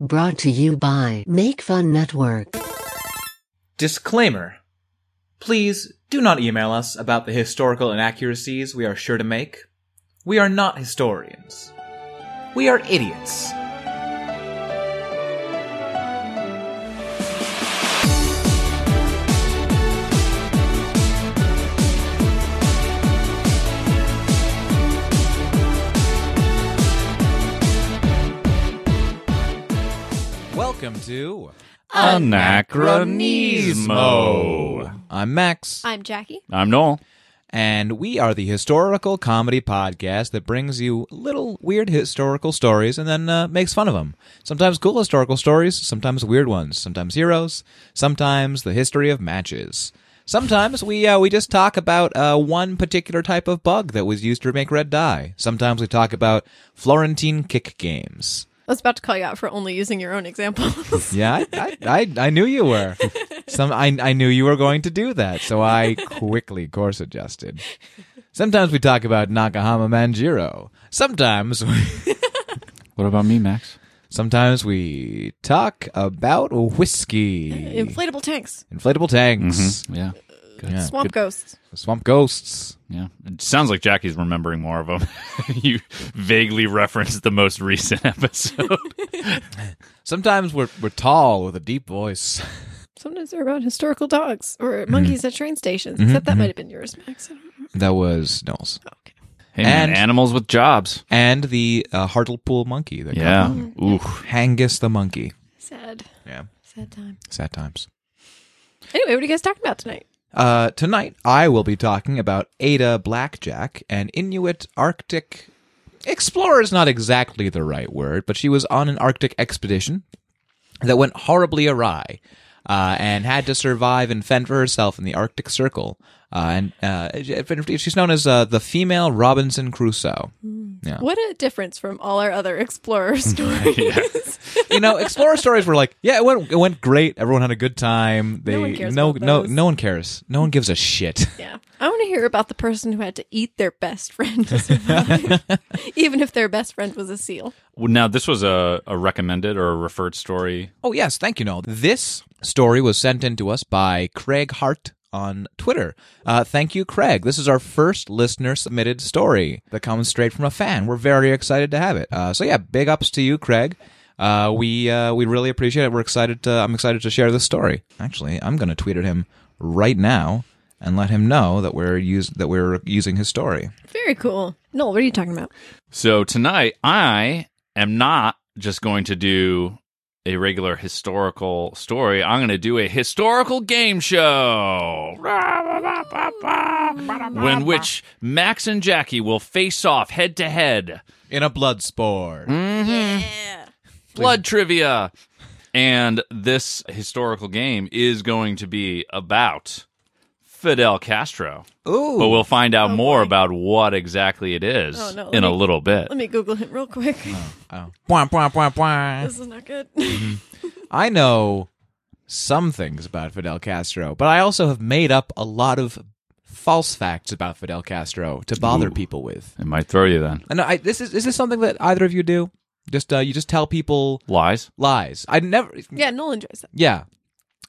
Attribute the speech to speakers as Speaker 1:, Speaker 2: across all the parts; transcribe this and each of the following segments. Speaker 1: Brought to you by Make Fun Network.
Speaker 2: Disclaimer Please do not email us about the historical inaccuracies we are sure to make. We are not historians. We are idiots. Welcome to
Speaker 3: Anachronismo.
Speaker 2: I'm Max.
Speaker 4: I'm Jackie.
Speaker 3: I'm Noel.
Speaker 2: And we are the historical comedy podcast that brings you little weird historical stories and then uh, makes fun of them. Sometimes cool historical stories, sometimes weird ones, sometimes heroes, sometimes the history of matches. Sometimes we uh, we just talk about uh, one particular type of bug that was used to make red dye. Sometimes we talk about Florentine kick games.
Speaker 4: I was about to call you out for only using your own examples.
Speaker 2: Yeah, I, I, I, I knew you were. Some I, I knew you were going to do that, so I quickly course adjusted. Sometimes we talk about Nakahama Manjiro. Sometimes we,
Speaker 3: What about me, Max?
Speaker 2: sometimes we talk about whiskey,
Speaker 4: Inflatable tanks,
Speaker 2: inflatable tanks,
Speaker 3: Yeah.
Speaker 2: Yeah.
Speaker 4: swamp ghosts.
Speaker 2: swamp ghosts.
Speaker 3: Yeah. It sounds like Jackie's remembering more of them. you vaguely referenced the most recent episode.
Speaker 2: Sometimes we're we're tall with a deep voice.
Speaker 4: Sometimes they're about historical dogs or
Speaker 2: Mm-hmm.
Speaker 4: monkeys at train stations. Except that might have been yours, Max. I don't know.
Speaker 2: That was Knowles.
Speaker 4: Okay.
Speaker 3: hey, man,
Speaker 2: And-
Speaker 3: animals with jobs.
Speaker 2: And the uh, Hartlepool monkey. That
Speaker 3: Yeah. Ooh.
Speaker 2: Hangus the monkey.
Speaker 4: Sad.
Speaker 2: Yeah.
Speaker 4: Sad time.
Speaker 2: Sad times.
Speaker 4: Anyway, what are you guys talking about tonight?
Speaker 2: Uh, tonight, I will be talking about Ada Blackjack, an Inuit Arctic explorer is not exactly the right word, but she was on an Arctic expedition that went horribly awry uh, and had to survive and fend for herself in the Arctic Circle. Uh, and uh, she's known as uh, the female Robinson Crusoe. Yeah.
Speaker 4: What a difference from all our other explorer stories.
Speaker 2: you know, explorer stories were like, yeah, it went, it went great. Everyone had a good time. They
Speaker 4: No one cares
Speaker 2: no
Speaker 4: about
Speaker 2: no,
Speaker 4: those.
Speaker 2: no one cares. No one gives a shit.
Speaker 4: yeah. I want to hear about the person who had to eat their best friend to survive, even if their best friend was a seal.
Speaker 3: Well, now, this was a, a recommended or a referred story.
Speaker 2: Oh, yes. Thank you, Noel. This story was sent in to us by Craig Hart on Twitter. Uh, thank you, Craig. This is our first listener submitted story that comes straight from a fan. We're very excited to have it. Uh, so, yeah, big ups to you, Craig. Uh, we uh, we really appreciate it. We're excited. To, I'm excited to share this story. Actually, I'm going to tweet at him right now and let him know that we're use, that we're using his story.
Speaker 4: Very cool. No, what are you talking about?
Speaker 3: So tonight, I am not just going to do a regular historical story. I'm going to do a historical game show. when which Max and Jackie will face off head to head.
Speaker 2: In a blood sport.
Speaker 4: Yeah.
Speaker 3: blood trivia. And this historical game is going to be about Fidel Castro.
Speaker 2: Ooh.
Speaker 3: But we'll find out more about what exactly it is
Speaker 4: Oh, no, let
Speaker 3: in a
Speaker 4: me-
Speaker 3: little bit.
Speaker 4: Let me Google him real quick.
Speaker 2: Oh. Mm-hmm. Bwah, bwah, bwah, bwah.
Speaker 4: This is not good.
Speaker 2: I know some things about Fidel Castro, but I also have made up a lot of false facts about Fidel Castro to bother people with.
Speaker 3: It might throw you then.
Speaker 2: And I, this is is this something that either of you do? Just uh, you just tell people
Speaker 3: Lies.
Speaker 2: lies. I never,
Speaker 4: yeah, Noel enjoys that.
Speaker 2: yeah,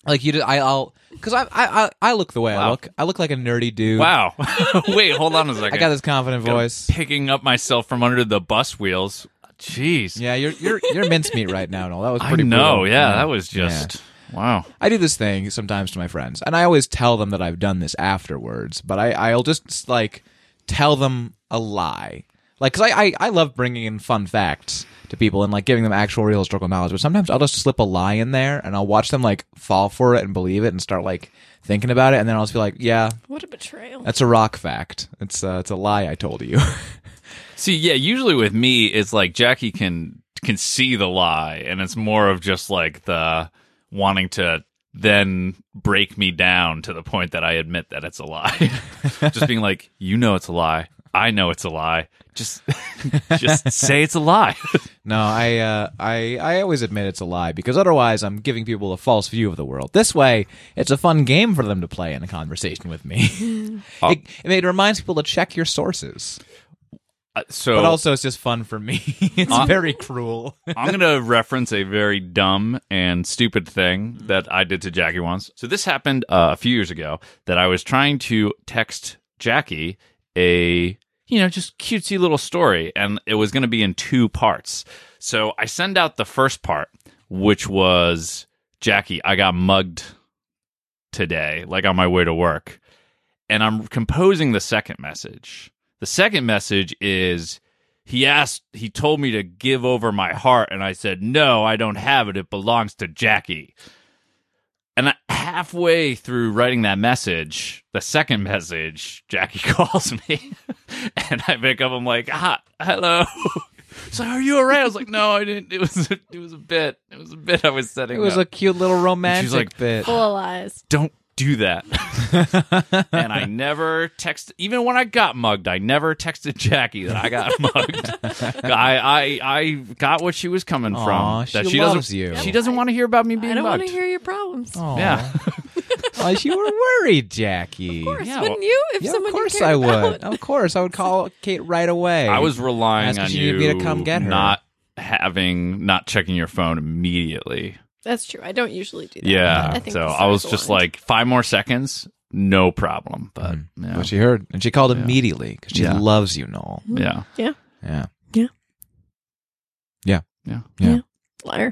Speaker 2: like you. Did, I, I'll because I, I I I look the way I
Speaker 3: Wow.
Speaker 2: look. I look like a nerdy dude.
Speaker 3: Wow. Wait, hold on a second.
Speaker 2: I got this confident
Speaker 3: I'm
Speaker 2: voice.
Speaker 3: Picking up myself from under the bus wheels. Jeez.
Speaker 2: Yeah, you're you're you're mincemeat right now. Noel. that was
Speaker 3: I
Speaker 2: pretty.
Speaker 3: know.
Speaker 2: brutal.
Speaker 3: Yeah, that was just. Wow.
Speaker 2: I do this thing sometimes to my friends, and I always tell them that I've done this afterwards, but I, I'll just like tell them a lie. Like, cause I, I, I love bringing in fun facts to people and like giving them actual real historical knowledge, but sometimes I'll just slip a lie in there and I'll watch them like fall for it and believe it and start like thinking about it, and then I'll just be like, yeah,
Speaker 4: What a betrayal.
Speaker 2: that's a rock fact. It's, uh, it's a lie I told you.
Speaker 3: See, yeah, usually with me, it's like Jackie can can see the lie, and it's more of just like the wanting to then break me down to the point that I admit that it's a lie. just being like, you know, it's a lie. I know it's a lie. Just just say it's a lie.
Speaker 2: No, I, uh, I, I always admit it's a lie because otherwise I'm giving people a false view of the world. This way, it's a fun game for them to play Oh. in a conversation with me. it, it reminds people to check your sources.
Speaker 3: Uh, so
Speaker 2: But also, it's just fun for me. it's
Speaker 3: Uh,
Speaker 2: very cruel.
Speaker 3: I'm going to reference a very dumb and stupid thing that I did to Jackie once. So this happened uh, a few years ago that I was trying to text Jackie a you know just cutesy little story, and it was going to be in two parts. So I send out the first part, which was Jackie, I got mugged today, like on my way to work, and I'm composing the second message. The second message is he asked he told me to give over my heart and i said no i don't have it it belongs to jackie and I, halfway through writing that message the second message jackie calls me and i pick up i'm like ah hello so are you all right i was like no i didn't it was a, it was a bit it was a bit i was setting
Speaker 2: It was a
Speaker 3: up.
Speaker 2: cute little romantic
Speaker 3: like,
Speaker 2: bit.
Speaker 4: Full eyes.
Speaker 3: don't do that and i never texted even when i got mugged i never texted jackie that i got mugged I, I i got what she was coming
Speaker 2: Aw,
Speaker 3: from that
Speaker 2: she
Speaker 3: doesn't
Speaker 2: loves you.
Speaker 3: she doesn't want to hear about me being
Speaker 4: I don't want
Speaker 3: mugged
Speaker 4: to hear your problems.
Speaker 2: Aw.
Speaker 3: yeah
Speaker 2: Oh, you were worried, Jackie.
Speaker 4: Of course,
Speaker 3: Yeah,
Speaker 4: wouldn't you? If
Speaker 2: Yeah,
Speaker 4: someone
Speaker 2: of
Speaker 4: you
Speaker 2: course
Speaker 4: cared
Speaker 2: I
Speaker 4: about?
Speaker 2: would. Oh. Of course, I would call Kate right away.
Speaker 3: i was relying
Speaker 2: Ask if
Speaker 3: on
Speaker 2: she
Speaker 3: you
Speaker 2: needed me to come get her.
Speaker 3: not having not checking your phone immediately
Speaker 4: That's true. I don't usually do that.
Speaker 3: yeah
Speaker 4: I think
Speaker 3: so
Speaker 4: the
Speaker 3: i was
Speaker 4: stars
Speaker 3: just
Speaker 4: aligned.
Speaker 3: like five more seconds no problem but
Speaker 2: Mm.
Speaker 3: yeah,
Speaker 2: But she heard, and she called immediately because she
Speaker 3: Yeah.
Speaker 2: loves you, Noel.
Speaker 3: yeah.
Speaker 4: yeah,
Speaker 2: Yeah.
Speaker 4: Yeah.
Speaker 2: Yeah.
Speaker 3: Yeah.
Speaker 2: Yeah.
Speaker 4: liar.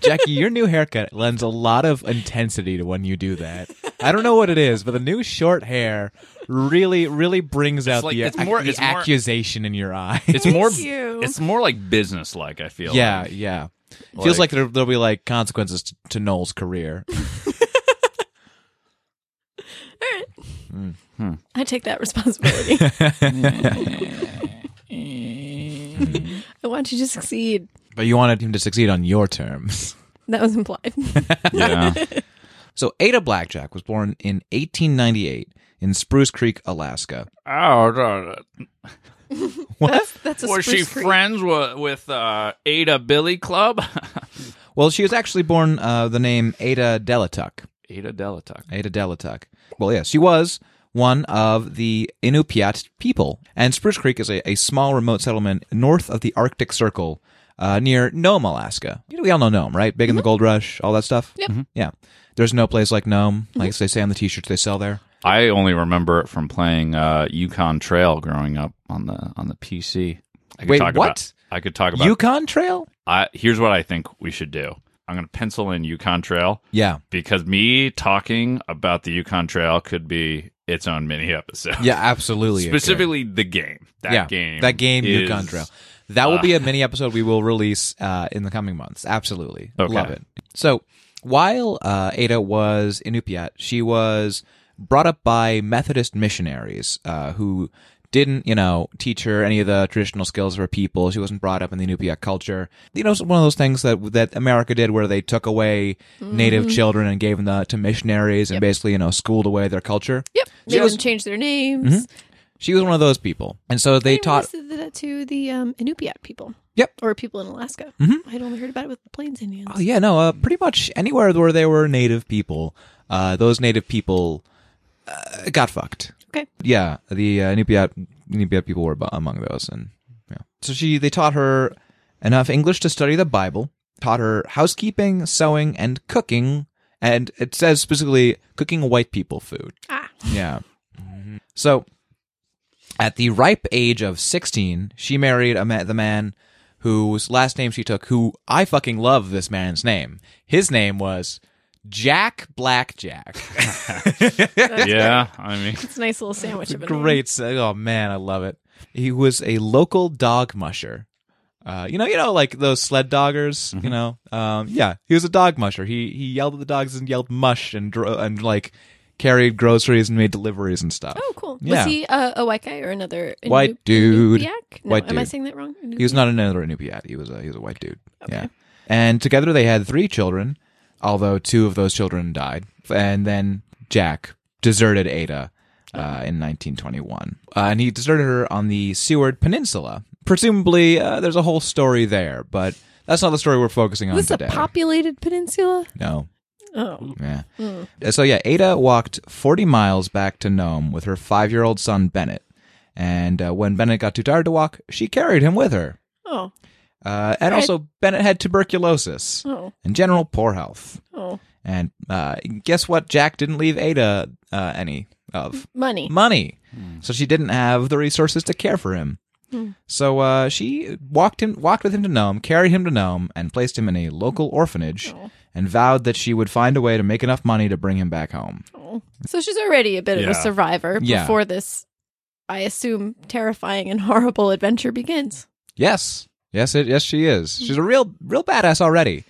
Speaker 2: Jackie, your new haircut lends a lot of intensity to when you do that. I don't know what it is, but the new short hair really, really brings out
Speaker 3: like-
Speaker 2: the,
Speaker 3: it's more-
Speaker 2: the
Speaker 3: it's more-
Speaker 2: accusation in your eye.
Speaker 3: it's more
Speaker 4: you.
Speaker 3: it's more like business like i feel
Speaker 2: yeah,
Speaker 3: like.
Speaker 2: yeah. Feels like
Speaker 3: Like-
Speaker 2: there, there'll be like consequences to, to Noel's career.
Speaker 4: I take that responsibility. I want you to succeed.
Speaker 2: But you wanted him to succeed on your terms.
Speaker 4: That was implied.
Speaker 3: yeah
Speaker 2: So Ada Blackjack was born in 1898 in Spruce Creek, Alaska.
Speaker 3: Oh, no, no.
Speaker 4: that's, that's a
Speaker 3: was she
Speaker 4: spruce tree.
Speaker 3: friends with, with uh, Ada Billy Club?
Speaker 2: Well, she was actually born uh, the name Ada Delatuck.
Speaker 3: Ada Delatuck.
Speaker 2: Ada Delatuck. Well, yes, she was one of the Inupiat people. And Spruce Creek is a, a small remote settlement north of the Arctic Circle uh, near Nome, Alaska. You know, we all know Nome, right? Big in the gold rush, all that stuff. Mm-hmm.
Speaker 4: Yep.
Speaker 2: Yeah. There's no place like Nome, like they say on the t shirts they sell there.
Speaker 3: I only remember it from playing uh, Yukon Trail growing up on the on the PC. I could
Speaker 2: Wait,
Speaker 3: talk
Speaker 2: what?
Speaker 3: About, I could talk about.
Speaker 2: Yukon Trail?
Speaker 3: I, here's what I think we should do. I'm going to pencil in Yukon Trail
Speaker 2: Yeah.
Speaker 3: because me talking about the Yukon Trail could be its own mini episode.
Speaker 2: Yeah, absolutely. it could.
Speaker 3: Specifically, the game. That game.
Speaker 2: That game,
Speaker 3: is- uh,
Speaker 2: Yukon Trail. That will be a mini episode we will release uh, in the coming months. Absolutely.
Speaker 3: Okay.
Speaker 2: Love it. So while uh, Ada was Inupiat, she was brought up by Methodist missionaries uh, who didn't, you know, teach her any of the traditional skills of her people. She wasn't brought up in the Inupiat culture. You know, it's one of those things that that America did where they took away native children and gave them the, to missionaries and basically, you know, schooled away their culture.
Speaker 4: Yep. They
Speaker 2: She was-
Speaker 4: wouldn't change their names.
Speaker 2: She was one of those people. And so they
Speaker 4: They
Speaker 2: taught
Speaker 4: did that to the um, Inupiat people.
Speaker 2: Yep. Mm-hmm.
Speaker 4: Or people in Alaska. I'd only heard about it with the Plains Indians.
Speaker 2: Oh yeah, no, uh, pretty much anywhere where there were native people, uh, those native people uh, got fucked.
Speaker 4: Okay.
Speaker 2: Yeah, the uh, Inupiat Inupiat people were bu- among those, and yeah. So she they taught her enough English to study the Bible, taught her housekeeping, sewing, and cooking, and it says specifically cooking white people food.
Speaker 4: Ah.
Speaker 2: Yeah.
Speaker 4: Mm-hmm.
Speaker 2: So, at the ripe age of 16, she married a ma- the man whose last name she took, who I fucking love this man's name. His name was Jack Blackjack.
Speaker 3: Yeah, I mean,
Speaker 4: It's a nice little sandwich of a name.
Speaker 2: Great. s- Oh, man, I love it. He was a local dog musher. Uh, you know, you know, like those sled doggers.
Speaker 4: Mm-hmm.
Speaker 2: You know, um, yeah, he was a dog musher. He he yelled at the dogs and yelled mush and dro- and like carried groceries and made deliveries and stuff.
Speaker 4: Oh, cool.
Speaker 2: Yeah.
Speaker 4: Was he uh, a white guy or another Inu-
Speaker 2: White dude.
Speaker 4: Inupiaq? No,
Speaker 2: White
Speaker 4: am I
Speaker 2: dude.
Speaker 4: saying that wrong?
Speaker 2: He was
Speaker 4: Inupiaq?
Speaker 2: not another Inupiat. He was a he was a white dude. Yeah. And together they had three children, although two of those children died. And then Jack deserted Ada uh, in 1921, uh, and he deserted her on the Seward Peninsula. Presumably, uh, there's a whole story there, but that's not the story we're focusing on
Speaker 4: Was this
Speaker 2: today.
Speaker 4: a populated peninsula?
Speaker 2: no.
Speaker 4: Oh.
Speaker 2: Yeah. So yeah, Ada walked 40 miles back to Nome with her 5-year-old son Bennett And uh, when Bennett got too tired to walk, she carried him with her.
Speaker 4: Oh,
Speaker 2: Uh, and
Speaker 4: Right.
Speaker 2: also, Bennett had tuberculosis
Speaker 4: oh,
Speaker 2: and general poor health.
Speaker 4: oh.
Speaker 2: And uh, guess what? Jack didn't leave Ada uh, any of
Speaker 4: Money.
Speaker 2: money. So she didn't have the resources to care for him.
Speaker 4: Hmm.
Speaker 2: So uh, she walked him, walked with him to Nome, carried him to Nome, and placed him in a local
Speaker 4: Oh.
Speaker 2: orphanage, and vowed that she would find a way to make enough money to bring him back home.
Speaker 4: oh. So she's already a bit of
Speaker 3: Yeah.
Speaker 4: a survivor
Speaker 2: Yeah.
Speaker 4: before this, I assume, terrifying and horrible adventure begins.
Speaker 2: Yes, yes, it, yes, she is. She's a real, real badass already.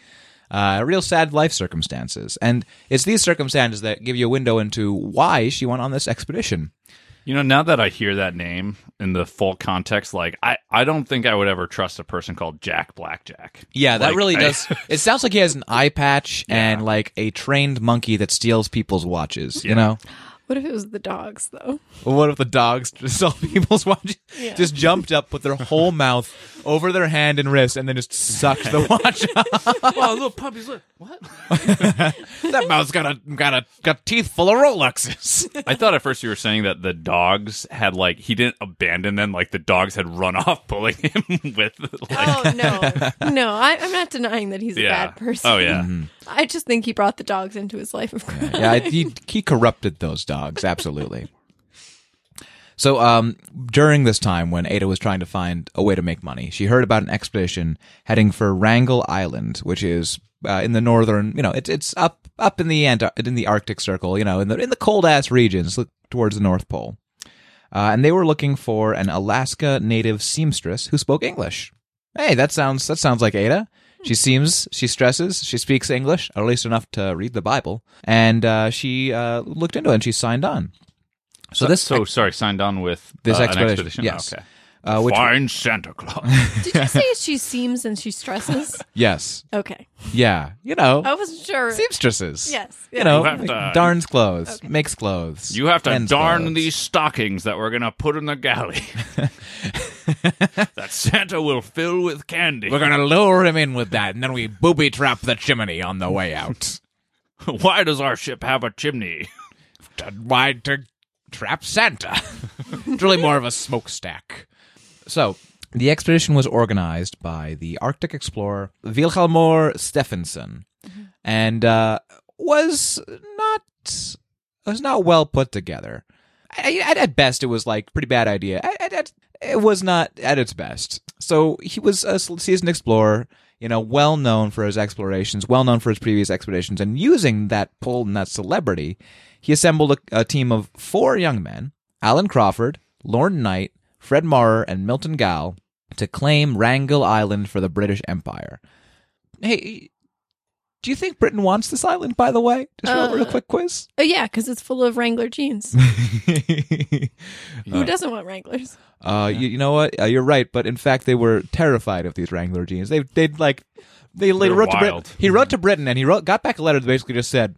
Speaker 2: Uh, real sad life circumstances, and it's these circumstances that give you a window into why she went on this expedition.
Speaker 3: You know, now that I hear that name in the full context, like I, I don't think I would ever trust a person called Jack Blackjack.
Speaker 2: Yeah, that
Speaker 3: Like,
Speaker 2: really
Speaker 3: I-
Speaker 2: does. it sounds like he has an eye patch and like a trained monkey that steals people's watches. You know.
Speaker 4: What if it was the dogs, though?
Speaker 2: Well, What if the dogs saw people's watches? Just jumped up, put their whole mouth over their hand and wrist, and then just sucked the watch. off.
Speaker 3: oh, little puppies, look what?
Speaker 2: that mouth's got a got a got teeth full of Rolexes.
Speaker 3: I thought at first you were saying that the dogs had like he didn't abandon them, like the dogs had run off pulling him with. Like,
Speaker 4: Oh, no. no, I, I'm not denying that he's
Speaker 3: yeah.
Speaker 4: a bad person.
Speaker 3: Oh yeah.
Speaker 2: Mm-hmm.
Speaker 4: I just think he brought the dogs into his life of crime.
Speaker 2: yeah, I- he he corrupted those dogs absolutely. So, um, during this time when Ada was trying to find a way to make money, she heard about an expedition heading for Wrangell Island, which is uh, in the northern, you know, it's it's up up in the Antar- in the Arctic Circle, you know, in the in the cold ass regions look towards the North Pole. Uh, and they were looking for an Alaska native seamstress who spoke English. Hey, that sounds that sounds like Ada. She seems she stresses she speaks English, or at least enough to read the Bible. And uh, she uh, looked into it and she signed on. So, this
Speaker 3: So sorry, signed on with
Speaker 2: This
Speaker 3: uh, an
Speaker 2: expedition,
Speaker 3: expedition?
Speaker 2: yes.
Speaker 3: Okay.
Speaker 2: uh, which
Speaker 3: Find Santa Claus.
Speaker 4: Did you say she seems and she stresses?
Speaker 2: yes
Speaker 4: Okay.
Speaker 2: yeah you know
Speaker 4: I wasn't sure.
Speaker 2: seamstresses
Speaker 4: Oh, Yes.
Speaker 2: you know
Speaker 3: You have to- uh,
Speaker 2: darns clothes makes clothes
Speaker 3: You have to
Speaker 2: mends
Speaker 3: darn
Speaker 2: clothes.
Speaker 3: these stockings that we're gonna put in the galley. that Santa will fill with candy.
Speaker 2: We're gonna lure him in with that, and then we booby trap the chimney on the way out.
Speaker 3: Why does our ship have a chimney?
Speaker 2: to, why to trap Santa? it's really more of a smokestack. So the expedition was organized by the Arctic explorer Vilhelmor Stephenson, and uh, was not was not well put together. I- I- At, at best, it was like pretty bad idea. At, at- at- it was not at its best. So he was a seasoned explorer, you know, well known for his explorations, well known for his previous expeditions, and using that pull and that celebrity, he assembled a, a team of four young men: Alan Crawford, Lorne Knight, Fred Maurer, and Milton Gall, to claim Wrangell Island for the British Empire. Hey, do you think Britain wants this island? By the way, just real, real quick quiz.
Speaker 4: Oh, yeah, because it's full of Wrangler jeans. Who doesn't want Wranglers?
Speaker 2: Uh, you, you know what? Uh, you're right. But in fact, they were terrified of these Wrangler jeans. They they like they, Mm-hmm. they
Speaker 3: They're
Speaker 2: wrote to Britain.
Speaker 3: wild.
Speaker 2: He wrote to Britain, and he wrote got back a letter that basically just said,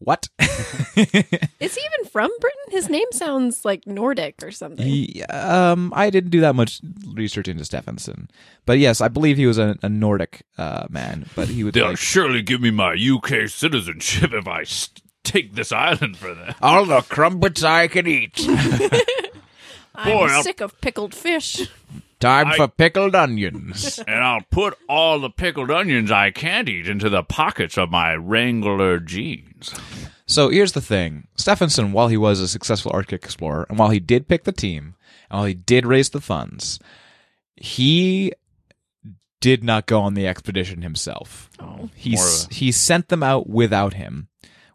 Speaker 2: "What?"
Speaker 4: Is he even from Britain? His name sounds like Nordic or something.
Speaker 2: He, um, I didn't do that much research into Stephenson, but yes, I believe he was a, a Nordic uh, man. But he would.
Speaker 3: They'll
Speaker 2: like-
Speaker 3: surely give me my UK citizenship if I s take this island for them.
Speaker 2: all the crumpets I can eat.
Speaker 4: I'm
Speaker 3: Boy, I'll-
Speaker 4: sick of pickled fish.
Speaker 2: Time
Speaker 3: I-
Speaker 2: for pickled onions.
Speaker 3: And I'll put all the pickled onions I can't eat into the pockets of my Wrangler jeans.
Speaker 2: So here's the thing Stephenson, while he was a successful Arctic explorer, and while he did pick the team, and while he did raise the funds, he did not go on the expedition himself. he,
Speaker 3: Oh, More of
Speaker 2: s- he sent them out without him,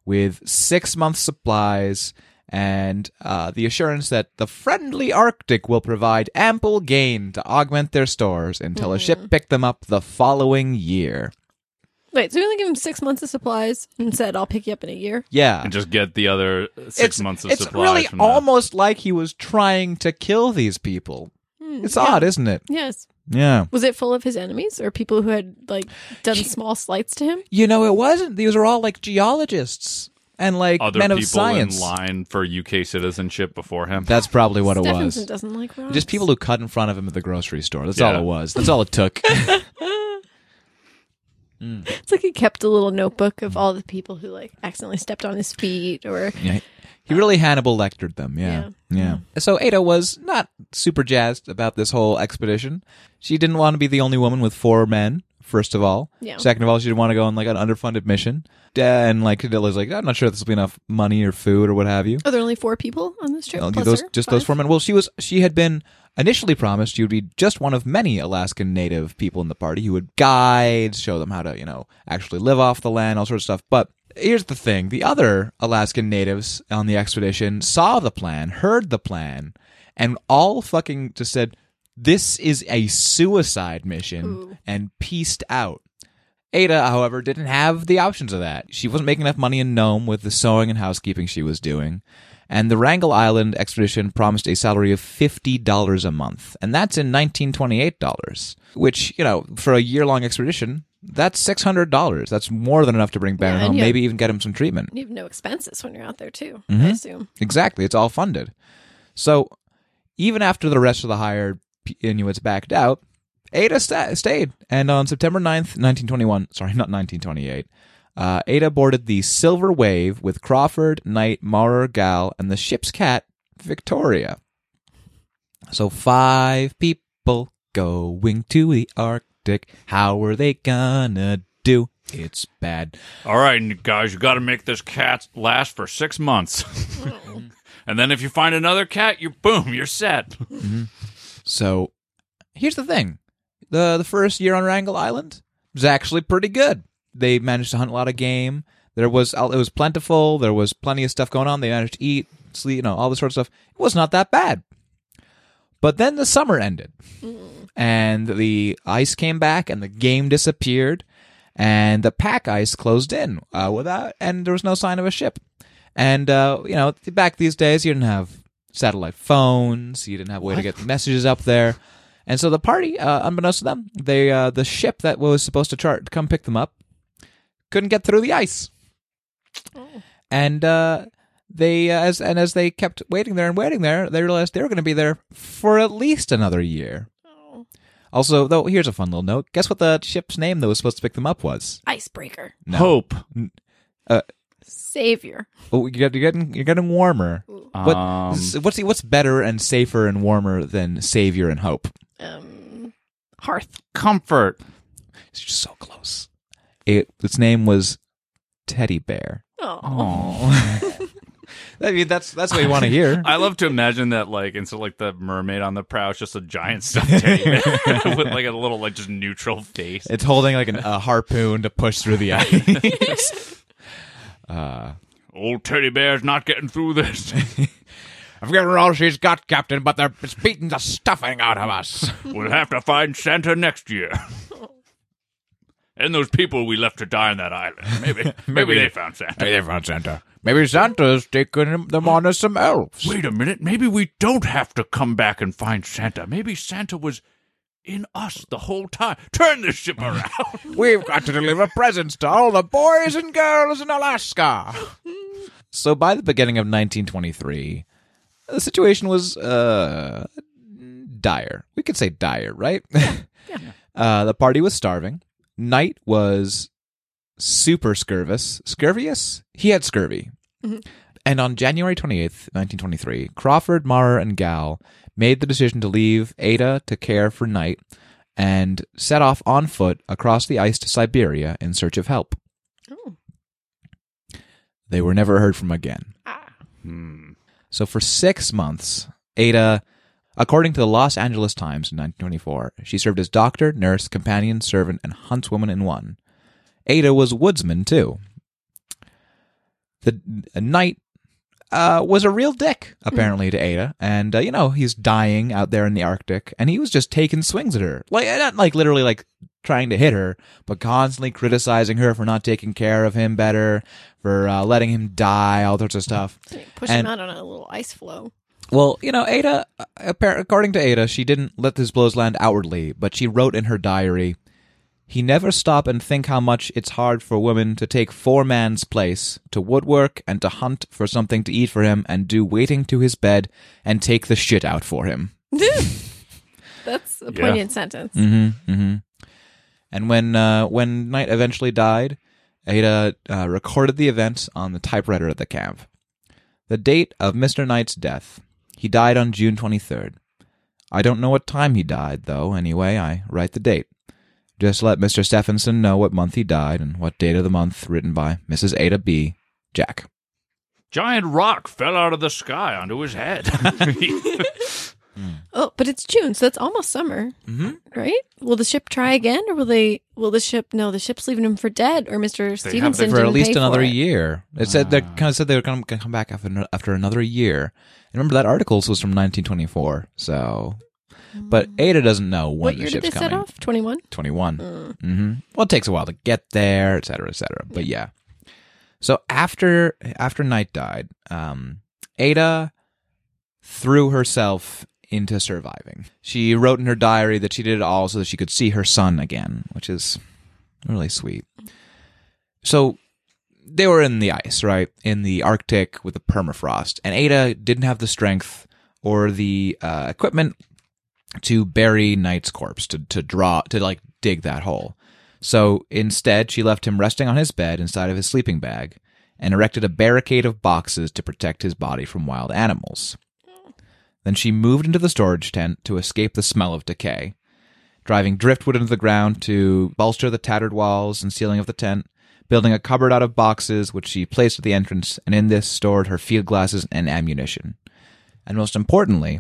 Speaker 2: with six months' supplies and uh, the assurance that the friendly Arctic will provide ample gain to augment their stores until a
Speaker 3: Mm-hmm.
Speaker 2: ship picked them up the following year.
Speaker 4: Wait, so we only give him six months of supplies and said, I'll pick you up in a year?
Speaker 2: Yeah.
Speaker 3: And just get the other uh, six
Speaker 2: it's,
Speaker 3: months of
Speaker 2: it's
Speaker 3: supplies
Speaker 2: really
Speaker 3: from that.
Speaker 2: almost like he was trying to kill these people. it's odd, isn't it?
Speaker 4: Yes.
Speaker 2: Yeah.
Speaker 4: Was it full of his enemies or people who had, like, done small slights to him?
Speaker 2: You know, it wasn't. These are all like geologists and like
Speaker 3: other
Speaker 2: men
Speaker 3: people
Speaker 2: of science.
Speaker 3: in line for UK citizenship before him.
Speaker 2: That's probably what it
Speaker 4: Stephenson
Speaker 2: was.
Speaker 4: doesn't like rocks.
Speaker 2: Just people who cut in front of him at the grocery store. That's all
Speaker 3: Yeah.
Speaker 2: it was. That's all it took.
Speaker 4: It's like he kept a little notebook of all the people who, like, accidentally stepped on his feet or
Speaker 2: Yeah. He really Hannibal lectured them. Yeah. Yeah. So Ada was not super jazzed about this whole expedition. She didn't want to be the only woman with four men. First of all,
Speaker 4: Yeah.
Speaker 2: second of all, she didn't want to go on like an underfunded mission, Uh, and like Cadilla's like, I'm not sure if this will be enough money or food or what have you.
Speaker 4: Are Oh, there only four people on this trip?
Speaker 2: Oh,
Speaker 4: Plus
Speaker 2: those
Speaker 4: her?
Speaker 2: just those
Speaker 4: Five?
Speaker 2: four men. Well, she was she had been initially promised she would be just one of many Alaskan Native people in the party who would guide, show them how to you know actually live off the land, all sorts of stuff. But here's the thing: the other Alaskan Natives on the expedition saw the plan, heard the plan, and all fucking just said, "This is a suicide mission,"
Speaker 4: Ooh.
Speaker 2: and pieced out. Ada, however, didn't have the options of that. She wasn't making enough money in Nome with the sewing and housekeeping she was doing. And the Wrangell Island expedition promised a salary of $50 a month. And that's in $1928, which, you know, for a year long expedition, that's $600. That's more than enough to bring Bannon
Speaker 4: Yeah, and
Speaker 2: home,
Speaker 4: you-
Speaker 2: maybe even get him some treatment.
Speaker 4: You have no expenses when you're out there too.
Speaker 2: Mm-hmm.
Speaker 4: I assume.
Speaker 2: Exactly. It's all funded. So even after the rest of the hired P- Inuits backed out, Ada sta- stayed. And on September 9th, 1921, sorry, not 1928, uh, Ada boarded the Silver Wave with Crawford, Knight, Maurer, Gal, and the ship's cat, Victoria. So five people going to the Arctic. How are they gonna do? It's bad.
Speaker 3: All right, and guys, you got to make this cat last for six months. and then if you find another cat, you boom, you're set.
Speaker 2: So here's the thing: the the first year on Wrangell Island was actually pretty good. They managed to hunt a lot of game. There was it was plentiful. There was plenty of stuff going on. They managed to eat, sleep, you know, all this sort of stuff. It was not that bad. But then the summer ended, and the ice came back, and the game disappeared, and the pack ice closed in uh, without, and there was no sign of a ship. And uh, you know, back these days, you didn't have satellite phones, you didn't have a way to get messages up there, and so the party, uh, unbeknownst to them, they uh, the ship that was supposed to chart come pick them up couldn't get through the ice, and. Uh, they uh, as and as they kept waiting there and waiting there, they realized they were going to be there for at least another year. Also, though, here's a fun little note. Guess what the ship's name that was supposed to pick them up was?
Speaker 4: Icebreaker.
Speaker 2: No.
Speaker 3: Hope.
Speaker 4: Savior.
Speaker 2: Oh, you got, you're getting you're getting warmer. What,
Speaker 3: Um,
Speaker 2: s- what's what's better and safer and warmer than savior and hope?
Speaker 4: Um Hearth.
Speaker 3: Comfort.
Speaker 2: It's just so close. It its name was Teddy Bear.
Speaker 4: Oh.
Speaker 3: Oh.
Speaker 2: I mean, that's that's what you want to hear.
Speaker 3: I love to imagine that, like, and so, like, the mermaid on the prow is just a giant stuffed teddy bear with, like, a little, like, just neutral face.
Speaker 2: It's holding like an, a harpoon to push through the ice. uh,
Speaker 3: Old teddy bear's not getting through this.
Speaker 2: I forget what all she's got, Captain, but they're it's beating the stuffing out of us.
Speaker 3: We'll have to find Santa next year. And those people we left to die on that island. Maybe, maybe, they found Santa.
Speaker 2: Maybe they found Santa. Maybe Santa's taking them on as some elves.
Speaker 3: Wait a minute. Maybe we don't have to come back and find Santa. Maybe Santa was in us the whole time. Turn this ship around.
Speaker 2: We've got to deliver presents to all the boys and girls in Alaska. so by the beginning of 1923, the situation was uh, dire. We could say dire, right? uh, the party was starving. Knight was super scurvous. Scurvious? He had scurvy. And on January 28th, 1923, Crawford, Maurer, and Gal made the decision to leave Ada to care for Knight and set off on foot across the ice to Siberia in search of help.
Speaker 4: Oh.
Speaker 2: They were never heard from again.
Speaker 4: Ah.
Speaker 2: So for six months, Ada, according to the Los Angeles Times in 1924, she served as doctor, nurse, companion, servant, and huntswoman in one. Ada was woodsman too. The uh, knight uh, was a real dick apparently to Ada, and uh, you know he's dying out there in the Arctic, and he was just taking swings at her, like not like literally like trying to hit her, but constantly criticizing her for not taking care of him better, for uh, letting him die, all sorts of stuff.
Speaker 4: So you Push
Speaker 2: And-
Speaker 4: him out on a little ice floe.
Speaker 2: Well, you know, Ada, appar- according to Ada, she didn't let his blows land outwardly, but she wrote in her diary, He never stop and think how much it's hard for women to take four man's place, to woodwork and to hunt for something to eat for him and do waiting to his bed and take the shit out for him.
Speaker 4: That's a
Speaker 3: Yeah.
Speaker 4: poignant sentence.
Speaker 2: Mm-hmm, mm-hmm. And when uh, when Knight eventually died, Ada uh, recorded the event on the typewriter at the camp. The date of Mr. Knight's death. He died on June 23rd. I don't know what time he died, though, anyway. I write the date. Just let Mr. Stephenson know what month he died and what date of the month, written by Mrs. Ada B. Jack.
Speaker 3: Giant rock fell out of the sky onto his head.
Speaker 4: Oh, but it's June, so that's almost summer, right? Will the ship try again, or will they? Will the ship? No, the ship's leaving him for dead, or Mister Stevenson
Speaker 2: for
Speaker 4: didn't
Speaker 2: at least
Speaker 4: pay for
Speaker 2: another
Speaker 4: it. Ah.
Speaker 2: year. It said they kind of said they were going to come back after ano- after another year. And remember that article was from 1924, so. But Ada doesn't know when
Speaker 4: What
Speaker 2: the
Speaker 4: year did
Speaker 2: ship's
Speaker 4: they
Speaker 2: coming.
Speaker 4: set off? Twenty one.
Speaker 2: 21. hmm Well, it takes a while to get there, et cetera, et cetera. But yeah. So after after Knight died, um, Ada threw herself into surviving. She wrote in her diary that she did it all so that she could see her son again, which is really sweet. So they were in the ice, right? In the Arctic with the permafrost. And Ada didn't have the strength or the uh, equipment to bury Knight's corpse, to, to draw, to like dig that hole. So instead, she left him resting on his bed inside of his sleeping bag and erected a barricade of boxes to protect his body from wild animals. Then she moved into the storage tent to escape the smell of decay, driving driftwood into the ground to bolster the tattered walls and ceiling of the tent, building a cupboard out of boxes which she placed at the entrance, and in this stored her field glasses and ammunition. And most importantly,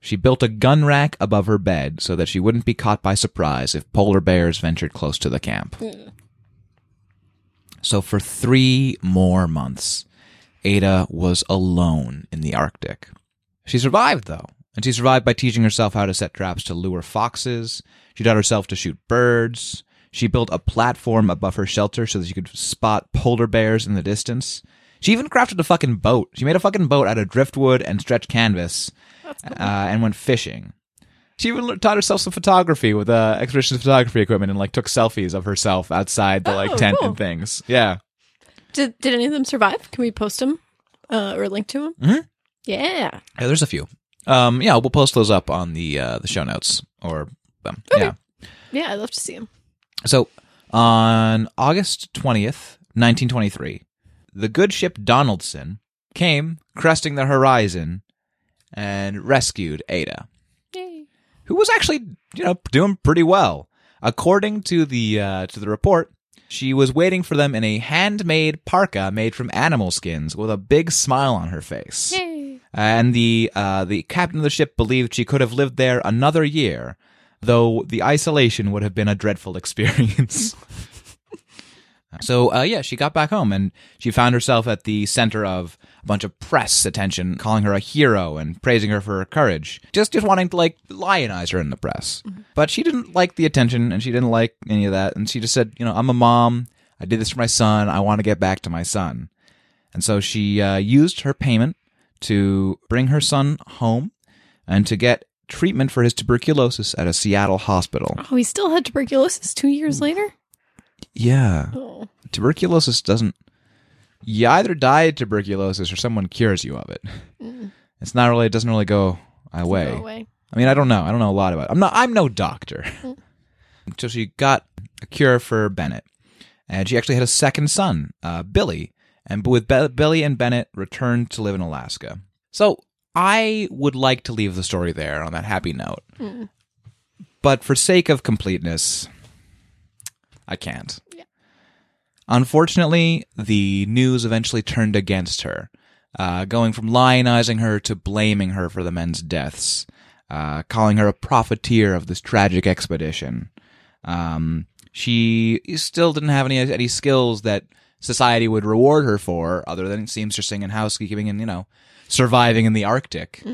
Speaker 2: she built a gun rack above her bed so that she wouldn't be caught by surprise if polar bears ventured close to the camp. So for three more months, Ada was alone in the Arctic. She survived, though, and she survived by teaching herself how to set traps to lure foxes. She taught herself to shoot birds. She built a platform above her shelter so that she could spot polar bears in the distance. She even crafted a fucking boat. She made a fucking boat out of driftwood and stretched canvas uh, and went fishing. She even le- taught herself some photography with uh, expedition photography equipment and like took selfies of herself outside the like
Speaker 4: Oh,
Speaker 2: tent
Speaker 4: cool.
Speaker 2: and things. Yeah.
Speaker 4: Did Did any of them survive? Can we post them uh, or link to them?
Speaker 2: Mhm.
Speaker 4: Yeah.
Speaker 2: Yeah, there's a few. Um, yeah, we'll post those up on the uh, the show notes or them. Yeah.
Speaker 4: Yeah, I'd love to see him.
Speaker 2: So on August 20th, 1923, the good ship Donaldson came cresting the horizon and rescued Ada,
Speaker 4: Yay.
Speaker 2: who was actually, you know, doing pretty well. According to the uh, to the report, she was waiting for them in a handmade parka made from animal skins with a big smile on her face
Speaker 4: Yay.
Speaker 2: and the uh, the captain of the ship believed she could have lived there another year, though the isolation would have been a dreadful experience. so uh, yeah, she got back home and she found herself at the center of a bunch of press attention, calling her a hero and praising her for her courage, just just wanting to like lionize her in the press. But she didn't like the attention and she didn't like any of that, and she just said, you know, I'm a mom. I did this for my son. I want to get back to my son. And so she uh, used her payment to bring her son home and to get treatment for his tuberculosis at a Seattle hospital.
Speaker 4: Oh, he still had tuberculosis two years later.
Speaker 2: Yeah.
Speaker 4: Oh,
Speaker 2: Tuberculosis doesn't. You either die of tuberculosis or someone cures you of it. It's not really, it doesn't really go away.
Speaker 4: go away.
Speaker 2: I mean, I don't know. I don't know a lot about it. I'm not. I'm no doctor. so she got a cure for Bennett, and she actually had a second son, uh, Billy. And but with Be- Billy and Bennett returned to live in Alaska. So I would like to leave the story there on that happy note, but for sake of completeness, I can't. Unfortunately, the news eventually turned against her, uh, going from lionizing her to blaming her for the men's deaths, uh, calling her a profiteer of this tragic expedition. Um, she still didn't have any any skills that society would reward her for, other than seamstressing and housekeeping and you know surviving in the Arctic.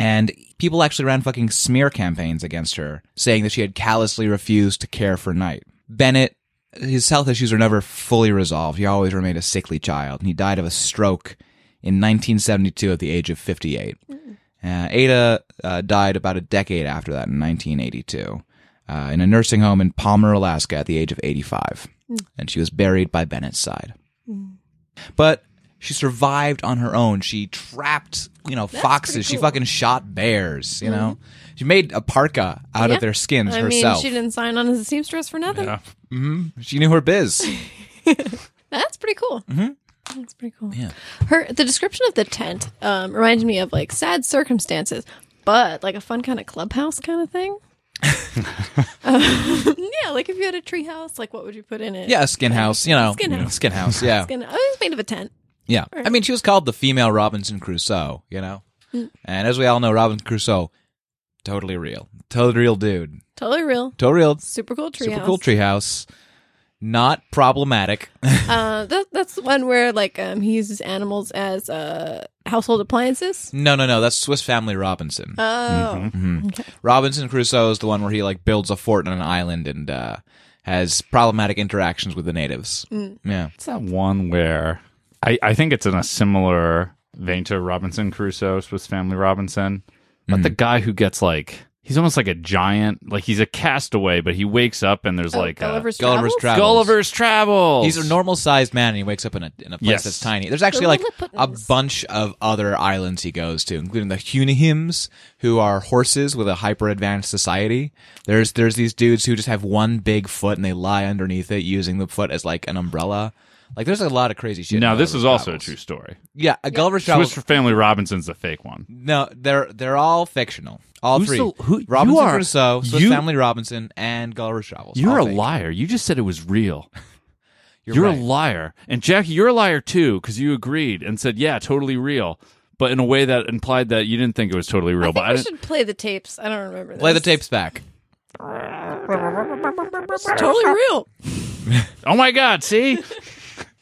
Speaker 2: And people actually ran fucking smear campaigns against her, saying that she had callously refused to care for Knight. Bennett his health issues are never fully resolved. He always remained a sickly child, and he died of a stroke in 1972 at the age of 58. Uh, Ada uh, died about a decade after that in 1982 uh, in a nursing home in Palmer, Alaska, at the age of 85.
Speaker 4: Hmm.
Speaker 2: And she was buried by Bennett's side. But she survived on her own. She trapped, you know, foxes.
Speaker 4: pretty
Speaker 2: She
Speaker 4: cool. Hmm.
Speaker 2: fucking shot bears, you know. She made a parka out
Speaker 4: Yeah.
Speaker 2: of their skins
Speaker 4: I mean,
Speaker 2: herself.
Speaker 4: she didn't sign on as a seamstress for nothing.
Speaker 3: Yeah.
Speaker 2: she knew her biz.
Speaker 4: That's pretty cool. That's pretty cool.
Speaker 2: Mm-hmm. Yeah.
Speaker 4: Her the description of the tent um, reminded me of like sad circumstances, but like a fun kind of clubhouse kind of thing. Um, yeah, like if you had a tree house, like what would you put in it?
Speaker 2: Yeah, a skin house, you know.
Speaker 4: Skin house.
Speaker 2: Skin house, yeah.
Speaker 4: It's gonna, oh, it's made of a tent.
Speaker 2: Yeah. I mean, she was called the female Robinson Crusoe, you know? And as we all know, Robinson Crusoe, totally real. Totally real dude.
Speaker 4: Totally real.
Speaker 2: Totally real.
Speaker 4: Super cool tree
Speaker 2: super
Speaker 4: house.
Speaker 2: cool treehouse. Not problematic.
Speaker 4: Uh, that, that's the one where like um, he uses animals as uh, household appliances.
Speaker 2: no, no, no. That's Swiss Family Robinson.
Speaker 4: Oh,
Speaker 2: Mm-hmm. Robinson Crusoe is the one where he, like, builds a fort on an island and uh, has problematic interactions with the natives. Yeah.
Speaker 3: It's that one where I, I think it's in a similar vein to Robinson Crusoe, Swiss Family Robinson. But the guy who gets like he's almost like a giant, like he's a castaway, but he wakes up and there's like
Speaker 4: Oh, Gulliver's,
Speaker 2: uh, Gulliver's
Speaker 4: Travels?
Speaker 3: a
Speaker 2: Travels.
Speaker 3: Gulliver's Travels.
Speaker 2: He's a normal sized man and he wakes up in a, in a place
Speaker 3: Yes.
Speaker 2: that's tiny. There's actually like a
Speaker 4: Lilliputans.
Speaker 2: bunch of other islands he goes to, including the Hunihims, who are horses with a hyper advanced society. There's there's these dudes who just have one big foot and they lie underneath it using the foot as like an umbrella. Like there's a lot of crazy shit. in
Speaker 3: now this
Speaker 2: Gulliver's
Speaker 3: is also a
Speaker 2: Travels.
Speaker 3: true story.
Speaker 2: Yeah, a Gulliver's Travels.
Speaker 3: Swiss Family Robinson's the fake one.
Speaker 2: No, they're they're all fictional. All
Speaker 3: Who's
Speaker 2: three.
Speaker 3: the- who- you
Speaker 2: Robinson
Speaker 3: are-
Speaker 2: Crusoe, Swiss
Speaker 3: you-
Speaker 2: Family Robinson, and Gulliver's Travels.
Speaker 3: You're
Speaker 2: All
Speaker 3: a
Speaker 2: fake.
Speaker 3: liar. You just said it was real.
Speaker 2: You're,
Speaker 3: You're,
Speaker 2: right.
Speaker 3: a liar. And Jackie, you're a liar too, because you agreed and said, yeah, totally real. But in a way that implied that you didn't think it was totally real.
Speaker 4: I
Speaker 3: but
Speaker 4: think
Speaker 3: I
Speaker 4: we
Speaker 3: didn't-
Speaker 4: should play the tapes. I don't remember. This.
Speaker 2: Play the tapes back.
Speaker 4: It's totally real.
Speaker 3: oh my God, see?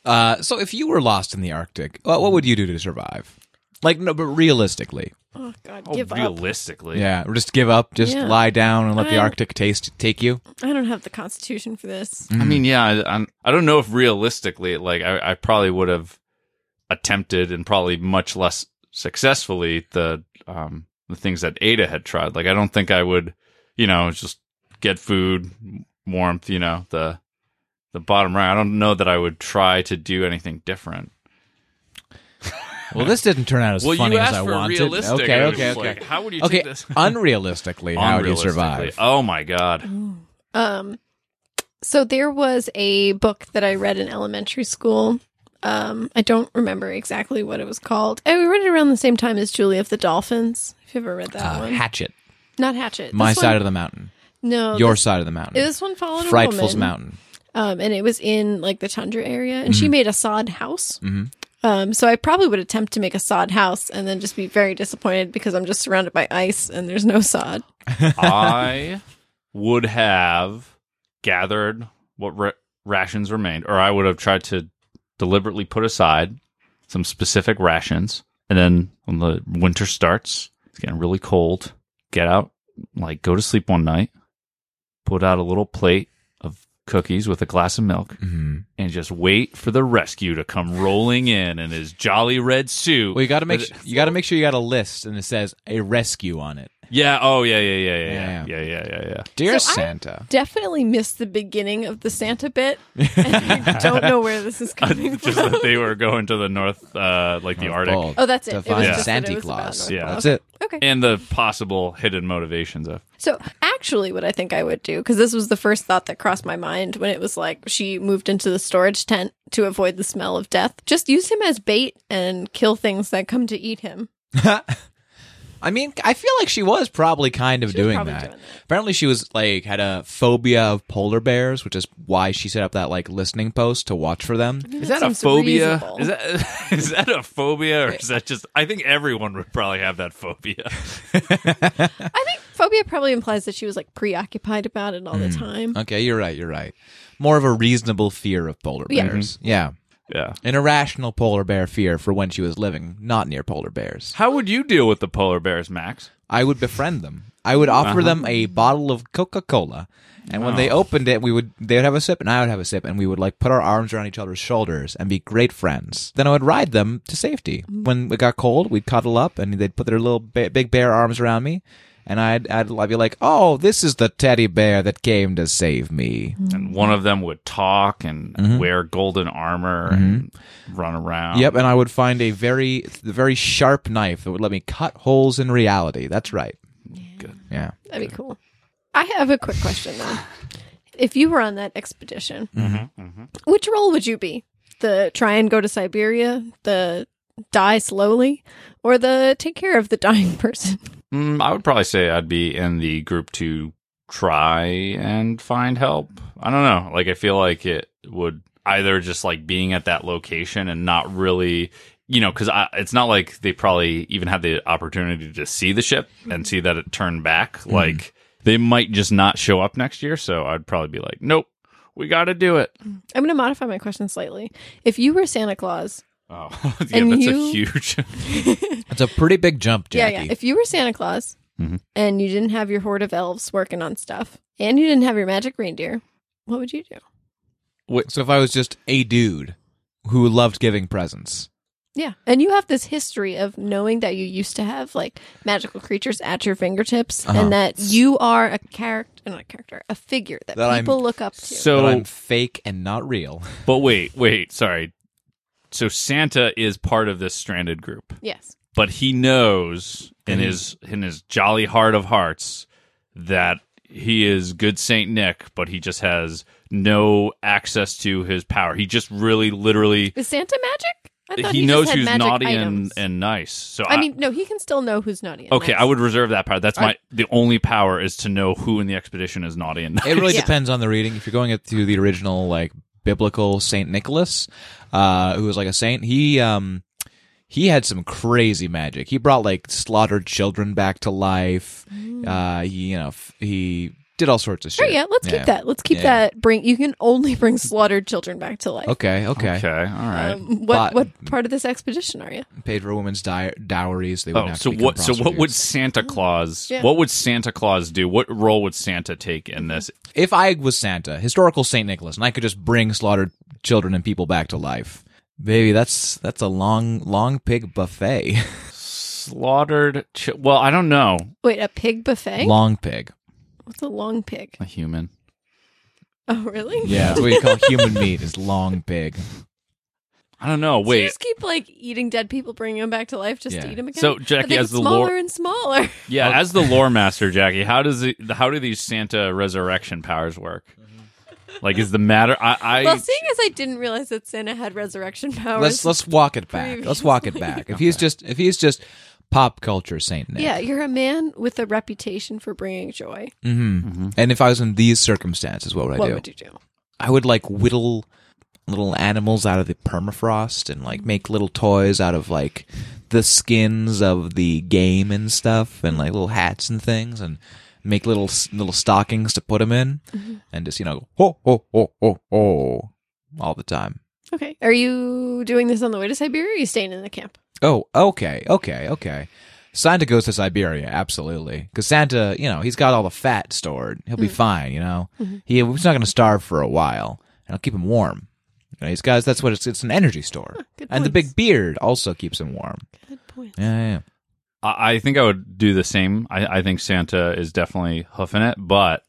Speaker 2: Uh, so if you were lost in the Arctic, uh, what, what would you do to survive? Like, no, but realistically,
Speaker 4: Oh God,
Speaker 3: Oh,
Speaker 4: give up.
Speaker 3: realistically.
Speaker 2: yeah, or just give up, just
Speaker 4: Yeah.
Speaker 2: lie down and let the
Speaker 4: I-
Speaker 2: Arctic taste take you.
Speaker 4: I don't have the constitution for this.
Speaker 3: I mean, yeah, I, I'm- I don't know if realistically, like, I, I probably would have attempted and probably much less successfully the um, the things that Ada had tried. Like, I don't think I would, you know, just get food, warmth, you know, the the bottom right. I don't know that I would try to do anything different.
Speaker 2: Mm. Well, this didn't turn out as
Speaker 3: well,
Speaker 2: funny
Speaker 3: you asked
Speaker 2: as I
Speaker 3: for
Speaker 2: wanted.
Speaker 3: realistic.
Speaker 2: Okay,
Speaker 3: I was
Speaker 2: okay,
Speaker 3: just
Speaker 2: okay.
Speaker 3: like, how would you
Speaker 2: okay,
Speaker 3: take this?
Speaker 2: unrealistically, how would you
Speaker 3: Unrealistically.
Speaker 2: survive?
Speaker 3: Oh my god.
Speaker 4: Um, so there was a book that I read in elementary school. Um, I don't remember exactly what it was called. I read it around the same time as Julie of the Dolphins. If you ever read that
Speaker 2: Uh,
Speaker 4: one,
Speaker 2: hatchet,
Speaker 4: not Hatchet.
Speaker 2: my side of the mountain,
Speaker 4: the no,
Speaker 2: your
Speaker 4: Oh, This,
Speaker 2: side of the mountain,
Speaker 4: this one followed a
Speaker 2: Frightful's
Speaker 4: woman,
Speaker 2: mountain.
Speaker 4: um, and it was in like the tundra area, and
Speaker 3: Mm-hmm.
Speaker 4: she made a sod house. Um, so I probably would attempt to make a sod house and then just be very disappointed because I'm just surrounded by ice and there's no sod.
Speaker 3: I would have gathered what ra- rations remained, or I would have tried to deliberately put aside some specific rations. And then when the winter starts, it's getting really cold. Get out, like go to sleep one night, put out a little plate of cookies with a glass of milk,
Speaker 2: hmm
Speaker 3: and just wait for the rescue to come rolling in in his jolly red suit.
Speaker 2: Well, you got to make
Speaker 3: But-
Speaker 2: su- you got to make sure you got a list and it says a rescue on it.
Speaker 3: yeah. Oh, yeah, yeah, yeah, yeah,
Speaker 2: Yeah,
Speaker 3: yeah, yeah, yeah, yeah, yeah.
Speaker 2: Dear
Speaker 4: So I-
Speaker 2: Santa,
Speaker 4: definitely missed the beginning of the Santa bit. And I don't know where this is coming
Speaker 3: just
Speaker 4: from.
Speaker 3: that they were going to the north, uh, like the Arctic,
Speaker 2: Bold.
Speaker 4: Oh, that's it.
Speaker 2: To
Speaker 4: It was
Speaker 2: find
Speaker 4: just that it
Speaker 2: Santa
Speaker 4: was about
Speaker 2: Claus.
Speaker 4: North
Speaker 3: Yeah.
Speaker 2: Yeah,
Speaker 3: Pole.
Speaker 2: that's it.
Speaker 4: Okay.
Speaker 3: and the possible hidden motivations of.
Speaker 4: so actually what I think I would do cuz this was the first thought that crossed my mind when it was like she moved into the storage tent to avoid the smell of death. Just use him as bait and kill things that come to eat him.
Speaker 2: I mean, I feel like she was probably kind of
Speaker 4: was
Speaker 2: doing,
Speaker 4: probably
Speaker 2: that.
Speaker 4: doing that.
Speaker 2: Apparently, she was like had a phobia of polar bears, which is why she set up that like listening post to watch for them.
Speaker 3: Is
Speaker 4: that
Speaker 3: that a
Speaker 4: seems
Speaker 3: phobia?
Speaker 4: reasonable.
Speaker 3: Is that is that a phobia, or is that just? I think everyone would probably have that phobia.
Speaker 4: I think phobia probably implies that she was like preoccupied about it all the time.
Speaker 2: Okay, you're right. You're right. More of a reasonable fear of polar
Speaker 4: Yeah. Mm-hmm.
Speaker 2: bears. Yeah,
Speaker 3: Yeah.
Speaker 2: an irrational polar bear fear for when she was living not near polar bears.
Speaker 3: How would you deal with the polar bears, Max?
Speaker 2: I would befriend them. I would offer them a bottle of Coca Cola, and when they opened it, we would they would have a sip, and I would have a sip, and we would like put our arms around each other's shoulders and be great friends. Then I would ride them to safety. When it got cold, we'd cuddle up, and they'd put their little ba- big bear arms around me, and I'd I'd, I'd be like, "Oh, this is the teddy bear that came to save me."
Speaker 3: And one of them would talk and wear golden armor and run around.
Speaker 2: Yep, and I would find a very the very sharp knife that would let me cut holes in reality. That's right.
Speaker 3: Good.
Speaker 2: Yeah.
Speaker 4: That'd be cool. I have a
Speaker 3: Mm-hmm.
Speaker 4: quick question though. If you were on that expedition, which role would you be? the try and go to Siberia, the die slowly, or the take care of the dying person.
Speaker 3: Mm, I would probably say I'd be in the group to try and find help. I don't know. Like, I feel like it would either just like being at that location and not really, you know, because it's not like they probably even had the opportunity to see the ship and see that it turned back.
Speaker 4: Mm-hmm.
Speaker 3: Like, they might just not show up next year. So I'd probably be like, nope, we got to do it.
Speaker 4: I'm going to modify my question slightly. If you were Santa Claus,
Speaker 3: Oh, yeah,
Speaker 4: And
Speaker 3: that's a
Speaker 4: you-
Speaker 3: huge.
Speaker 2: It's a pretty big jump, Jackie.
Speaker 4: yeah, yeah. If you were Santa Claus
Speaker 3: Mhm.
Speaker 4: and you didn't have your horde of elves working on stuff, and you didn't have your magic reindeer, what would you do?
Speaker 2: so if I was just a dude who loved giving presents,
Speaker 4: Yeah. And you have this history of knowing that you used to have like magical creatures at your fingertips
Speaker 2: Uh-huh.
Speaker 4: and that you are a character, not a character, a figure that,
Speaker 2: That I'm-
Speaker 4: people look up to.
Speaker 3: so
Speaker 2: but I'm fake and not real.
Speaker 3: But wait, wait, sorry. So Santa is part of this stranded group,
Speaker 4: yes.
Speaker 3: but he knows in his in his jolly heart of hearts that he is good Saint Nick, but he just has no access to his power. He just really literally
Speaker 4: Is Santa magic? I
Speaker 3: he, knows who's naughty and, and nice. So
Speaker 4: I mean, no, he can still know who's naughty. And
Speaker 3: okay,
Speaker 4: nice.
Speaker 3: I would reserve that power. That's
Speaker 2: I-
Speaker 3: my the only power is to know who in the expedition is naughty and nice.
Speaker 2: It really
Speaker 4: Yeah.
Speaker 2: depends on the reading. If you're going at- to the original like biblical Saint Nicholas, uh, who was like a saint, he um he had some crazy magic. He brought like slaughtered children back to life.
Speaker 4: Mm.
Speaker 2: Uh, he you know f- he did all sorts of shit.
Speaker 4: Sure, yeah, let's
Speaker 2: Yeah.
Speaker 4: keep that. Let's keep
Speaker 2: Yeah.
Speaker 4: that. Bring you can only bring slaughtered children back to life.
Speaker 2: Okay, okay.
Speaker 3: okay, all right.
Speaker 4: Um,
Speaker 2: But-
Speaker 4: what what part of this expedition are you?
Speaker 2: Paid for women's di- dowries. They would
Speaker 3: Oh,
Speaker 2: have to
Speaker 3: so
Speaker 2: become
Speaker 3: what? So what would
Speaker 2: prostitutes.
Speaker 3: Santa Claus?
Speaker 4: Mm, Yeah. Mm-hmm.
Speaker 3: What would Santa Claus do? What role would Santa take in this?
Speaker 2: if I was Santa, historical Saint Nicholas, and I could just bring slaughtered children and people back to life? Baby, that's that's a long long pig buffet.
Speaker 3: Slaughtered? Ch- well, I don't know.
Speaker 4: Wait, a pig buffet?
Speaker 2: long pig.
Speaker 4: What's a long pig?
Speaker 3: A human.
Speaker 4: Oh, really?
Speaker 2: Yeah, that's what you call human meat is long pig.
Speaker 3: I don't know.
Speaker 4: So you
Speaker 3: Wait.
Speaker 4: just keep like eating dead people, bringing them back to life just
Speaker 2: Yeah.
Speaker 4: to eat them again.
Speaker 3: So,
Speaker 4: But
Speaker 3: Jackie,
Speaker 4: they
Speaker 3: as
Speaker 4: get
Speaker 3: the
Speaker 4: smaller
Speaker 3: lore,
Speaker 4: and smaller.
Speaker 3: yeah, as the lore master, Jackie, how does it, how do these Santa resurrection powers work? Like, is the matter? I, I
Speaker 4: well, seeing as I didn't realize that Santa had resurrection powers,
Speaker 2: Let's let's walk it back. Let's walk it back. If he's just if he's just pop culture Saint Nick.
Speaker 4: yeah, you're a man with a reputation for bringing joy.
Speaker 2: And if I was in these circumstances, what would I
Speaker 4: what
Speaker 2: do?
Speaker 4: would you do?
Speaker 2: I would like whittle little animals out of the permafrost and like make little toys out of like the skins of the game and stuff and like little hats and things and make little s- little stockings to put them in and just you know ho ho ho ho ho all the time.
Speaker 4: Okay, are you doing this on the way to Siberia? Or are you staying in the camp?
Speaker 2: Oh, okay, okay, okay. Santa goes to Siberia, absolutely. Because Santa, you know, he's got all the fat stored. He'll
Speaker 4: Mm-hmm.
Speaker 2: be fine, you know. He, he's not going to starve for a while, and I'll keep him warm. You know, these guys, that's what it's. It's an energy store,
Speaker 4: good
Speaker 2: and the
Speaker 4: points.
Speaker 2: big beard also keeps him warm.
Speaker 4: Good point.
Speaker 2: Yeah, yeah, yeah.
Speaker 3: I, I think I would do the same. I, I think Santa is definitely hoofing it, but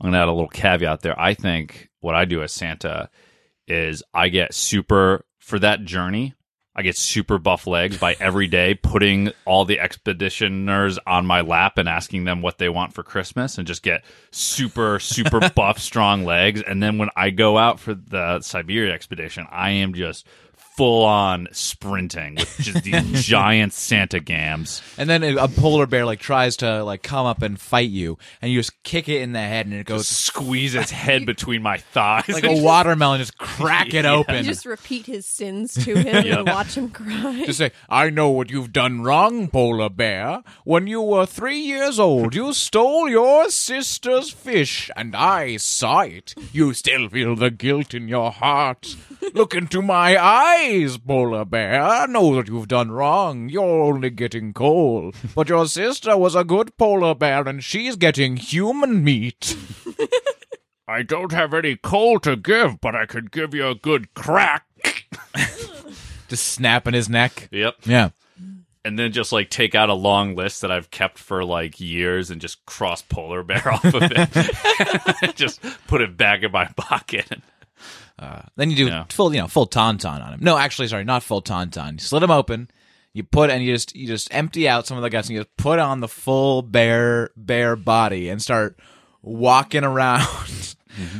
Speaker 3: I'm gonna add a little caveat there. I think what I do as Santa is I get super for that journey. I get super buff legs by every day putting all the expeditioners on my lap and asking them what they want for Christmas and just get super, super buff, strong legs. And then when I go out for the Siberia expedition, I am just full on sprinting with just these giant Santa gams.
Speaker 2: And then a a polar bear like tries to like come up and fight you, and you just kick it in the head, and it goes
Speaker 3: squeeze its head between my thighs.
Speaker 2: like a watermelon, just crack it
Speaker 4: You
Speaker 2: open.
Speaker 4: just repeat his sins to him and watch him cry.
Speaker 2: to say, I know what you've done wrong, polar bear. When you were three years old, you stole your sister's fish, and I saw it. You still feel the guilt in your heart. Look into my eyes, polar bear. Know that you've done wrong. You're only getting coal. But your sister was a good polar bear, and she's getting human meat.
Speaker 3: I don't have any coal to give, but I could give you a good crack.
Speaker 2: Just snapping his neck.
Speaker 3: Yep.
Speaker 2: Yeah.
Speaker 3: And then just like take out a long list that I've kept for like years and just cross polar bear off of it. just put it back in my pocket.
Speaker 2: Then you do
Speaker 3: Yeah.
Speaker 2: full, you know, full tauntaun on him. No, actually, sorry, not full tauntaun. You slit him open. You put and you just you just empty out some of the guts and you just put on the full bare bare body and start walking around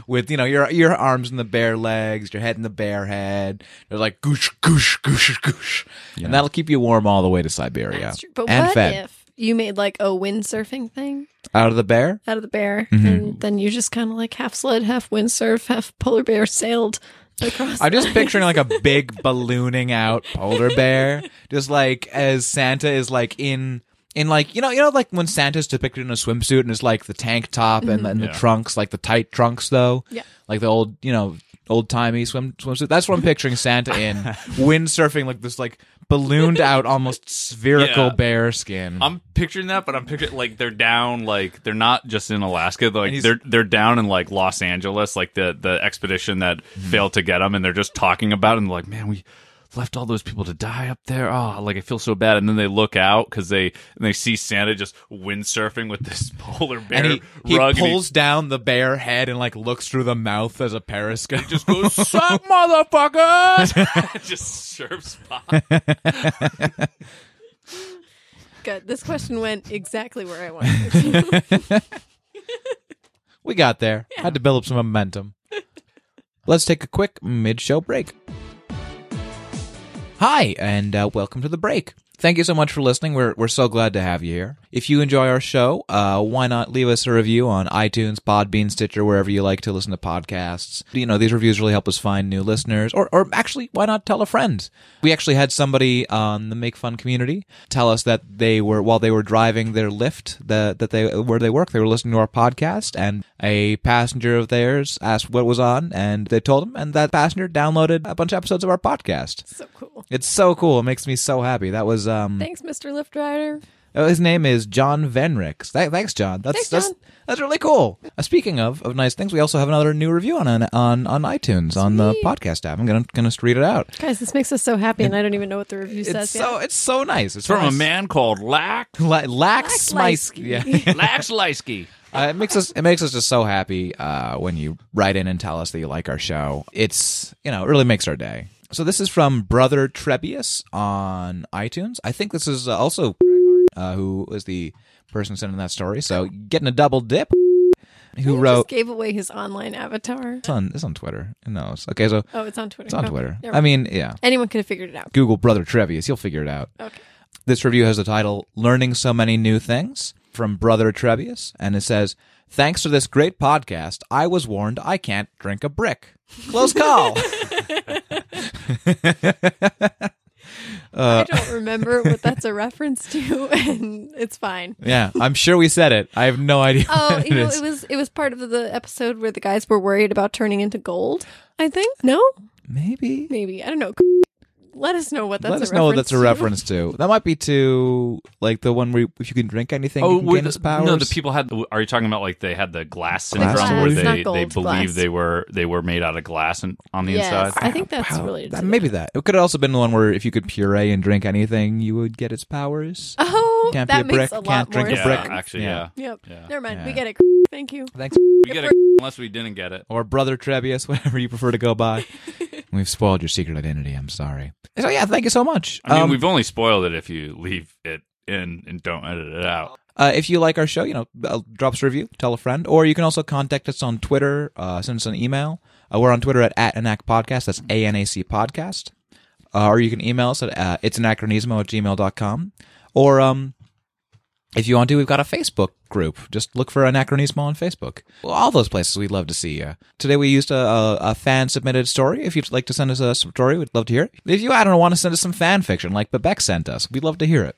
Speaker 2: with you know your your arms in the bear legs, your head in the bear head. They're like goosh goosh goosh goosh, and that'll keep you warm all the way to Siberia
Speaker 4: That's true. But
Speaker 2: and
Speaker 4: what
Speaker 2: fed
Speaker 4: if you made like a windsurfing thing
Speaker 2: out of the bear.
Speaker 4: out of the bear,
Speaker 2: Mm-hmm.
Speaker 4: and then you just kind of like half sled, half windsurf, half polar bear sailed across?
Speaker 2: I'm just
Speaker 4: the
Speaker 2: picturing
Speaker 4: ice?
Speaker 2: like a big ballooning out polar bear, just like as Santa is like in in like you know you know like when Santa's depicted in a swimsuit and it's like the tank top and, the- and
Speaker 3: Yeah.
Speaker 2: the trunks like the tight trunks though,
Speaker 4: Yeah.
Speaker 2: like the old you know old timey swim swimsuit. That's what I'm picturing Santa in windsurfing like this like ballooned out almost spherical
Speaker 3: Yeah.
Speaker 2: bear skin.
Speaker 3: I'm picturing that, but I'm picturing like they're down, like they're not just in Alaska. They're,
Speaker 2: And
Speaker 3: like
Speaker 2: he's-
Speaker 3: they're they're down in like Los Angeles, like the the expedition that
Speaker 2: Mm-hmm.
Speaker 3: failed to get them, and they're just talking about, it, and like, man, we left all those people to die up there. Oh, like I feel so bad. And then they look out because they and they see Santa just windsurfing with this polar bear
Speaker 2: and he, he
Speaker 3: rug,
Speaker 2: pulls down the bear head and like looks through the mouth as a periscope.
Speaker 3: just goes
Speaker 2: Suck motherfuckers!
Speaker 3: and just surfs by.
Speaker 4: Good. This question went exactly where I wanted. it to.
Speaker 2: We got there. Had to build up some momentum. Let's take a quick mid show break. Hi, and uh, welcome to the break. Thank you so much for listening. We're, we're so glad to have you here. If you enjoy our show, uh, why not leave us a review on iTunes, Podbean, Stitcher, wherever you like to listen to podcasts? You know, these reviews really help us find new listeners. Or, or actually, why not tell a friend? We actually had somebody on the Make Fun community tell us that they were, while they were driving their Lyft, the, that they, where they work, they were listening to our podcast, and a passenger of theirs asked what was on, and they told him, and that passenger downloaded a bunch of episodes of our podcast.
Speaker 4: so cool.
Speaker 2: It's so cool. It makes me so happy. That was um.
Speaker 4: Thanks, Mr. Lift Rider.
Speaker 2: oh, His name is John Venricks. Th- thanks, John. That's
Speaker 4: Thanks, John.
Speaker 2: that's that's really cool. Uh, speaking of of nice things, we also have another new review on on on, on iTunes on the podcast app. I'm gonna gonna just read it out.
Speaker 4: Guys, this makes us so happy, and I don't even know what the review
Speaker 2: It's
Speaker 4: says.
Speaker 2: so it's so nice. It's
Speaker 3: From a
Speaker 2: nice.
Speaker 3: man called Lack
Speaker 2: La- Lax
Speaker 4: Lax
Speaker 2: Smice.
Speaker 4: Lysky.
Speaker 2: Yeah.
Speaker 3: Lax Lysky.
Speaker 2: Uh, it makes us it makes us just so happy uh, when you write in and tell us that you like our show. It's you know it really makes our day. So this is from Brother Trebius on iTunes. I think this is uh, also uh, who is the person sending that story. So getting a double dip. Who
Speaker 4: He
Speaker 2: wrote?
Speaker 4: just gave away his online avatar.
Speaker 2: It's on it's on Twitter. Who knows? Okay, so
Speaker 4: Oh, it's on Twitter.
Speaker 2: it's on
Speaker 4: Okay.
Speaker 2: Twitter.
Speaker 4: Never
Speaker 2: I
Speaker 4: mind.
Speaker 2: mean, yeah.
Speaker 4: anyone could have figured it out.
Speaker 2: Google Brother Trevius. You'll figure it out.
Speaker 4: Okay.
Speaker 2: This review has the title Learning So Many New Things from Brother Trevius, and it says, Thanks to this great podcast, I was warned I can't drink a brick. Close call. uh,
Speaker 4: I don't remember what that's a reference to, and it's fine.
Speaker 2: yeah, I'm sure we said it. I have no idea.
Speaker 4: Oh,
Speaker 2: what
Speaker 4: you know,
Speaker 2: is.
Speaker 4: it was it was part of the episode where the guys were worried about turning into gold. I think no,
Speaker 2: Maybe.
Speaker 4: maybe I don't know. Let us know what that's.
Speaker 2: Let
Speaker 4: a
Speaker 2: us know what
Speaker 4: reference
Speaker 2: that's a
Speaker 4: to.
Speaker 2: reference to. That might be to like the one where if you can drink anything, you can
Speaker 3: were
Speaker 2: gain
Speaker 3: Oh, the-
Speaker 2: its powers.
Speaker 3: No, the people had. Are you talking about like they had the glass syndrome
Speaker 2: Glass
Speaker 3: where
Speaker 2: syndrome.
Speaker 4: Not
Speaker 3: they,
Speaker 4: gold,
Speaker 3: they believed
Speaker 4: glass.
Speaker 3: they were they were made out of glass and on the
Speaker 4: Yes,
Speaker 3: inside?
Speaker 4: I think that's
Speaker 2: Wow,
Speaker 4: related.
Speaker 2: Oh, that-
Speaker 4: to
Speaker 2: maybe that. It could have also been the one where if you could puree and drink anything, you would get its powers.
Speaker 4: that. Oh,
Speaker 2: Can't be
Speaker 4: that
Speaker 2: a
Speaker 4: makes
Speaker 2: brick,
Speaker 4: a lot
Speaker 2: can't
Speaker 4: more
Speaker 2: drink a
Speaker 3: Yeah,
Speaker 2: brick.
Speaker 4: sense.
Speaker 3: actually,
Speaker 2: Yeah.
Speaker 3: yeah.
Speaker 4: Yep.
Speaker 3: Yeah.
Speaker 4: Never mind. We
Speaker 2: Yeah.
Speaker 4: get it. Thank you.
Speaker 2: Thanks.
Speaker 3: We get a unless we didn't get it.
Speaker 2: or Brother Trebius, whatever you prefer to go by. We've spoiled your secret identity. I'm sorry. So yeah, thank you so much.
Speaker 3: I mean,
Speaker 2: Um,
Speaker 3: we've only spoiled it if you leave it in and don't edit it out.
Speaker 2: uh, if you like our show, you know, uh, drop us a review, tell a friend, or you can also contact us on Twitter, uh, send us an email. Uh, we're on Twitter at, at anac podcast. That's A N A C podcast. Uh, or you can email us at uh, it's anachronismo at gmail.com. Or um, if you want to, we've got a Facebook group. Just look for Anachronismo on Facebook. Well, all those places, we'd love to see you. Today we used a, a, a fan submitted story. If you'd like to send us a story, we'd love to hear it. If you, I don't know, want to send us some fan fiction like Bebek sent us, we'd love to hear it.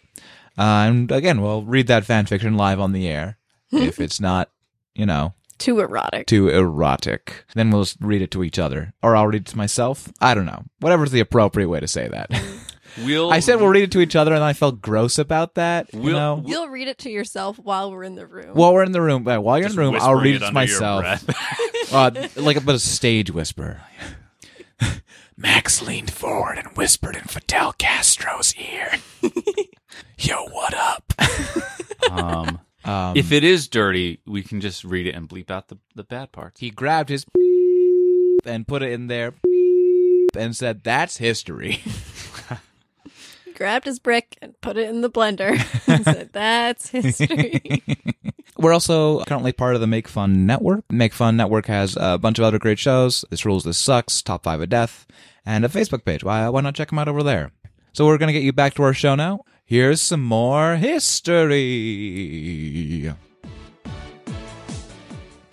Speaker 2: Uh, and again, we'll read that fan fiction live on the air if it's not, you know,
Speaker 4: Too erotic.
Speaker 2: too erotic. Then we'll just read it to each other, or I'll read it to myself. I don't know. Whatever's the appropriate way to say that.
Speaker 3: We'll.
Speaker 2: I said we'll read it to each other, and I felt gross about that. you
Speaker 3: We'll-
Speaker 2: know?
Speaker 4: You'll read it to yourself while we're in the room.
Speaker 2: While we're in the room, uh, while you're in the room, I'll
Speaker 3: whispering
Speaker 2: read it to
Speaker 3: under your
Speaker 2: myself,
Speaker 3: breath.
Speaker 2: uh, like a, but a stage whisper. Max leaned forward and whispered in Fidel Castro's ear, "Yo, what up?"
Speaker 3: um,
Speaker 2: Um,
Speaker 3: if it is dirty, we can just read it and bleep out the, the bad parts.
Speaker 2: he grabbed his and put it in there and said, "That's history."
Speaker 4: He grabbed his brick and put it in the blender. and said, That's history.
Speaker 2: We're also currently part of the Make Fun Network. Make Fun Network has a bunch of other great shows. This Rules, This Sucks, Top 5 of Death, and a Facebook page. Why, why not check them out over there? So we're going to get you back to our show now. Here's some more history.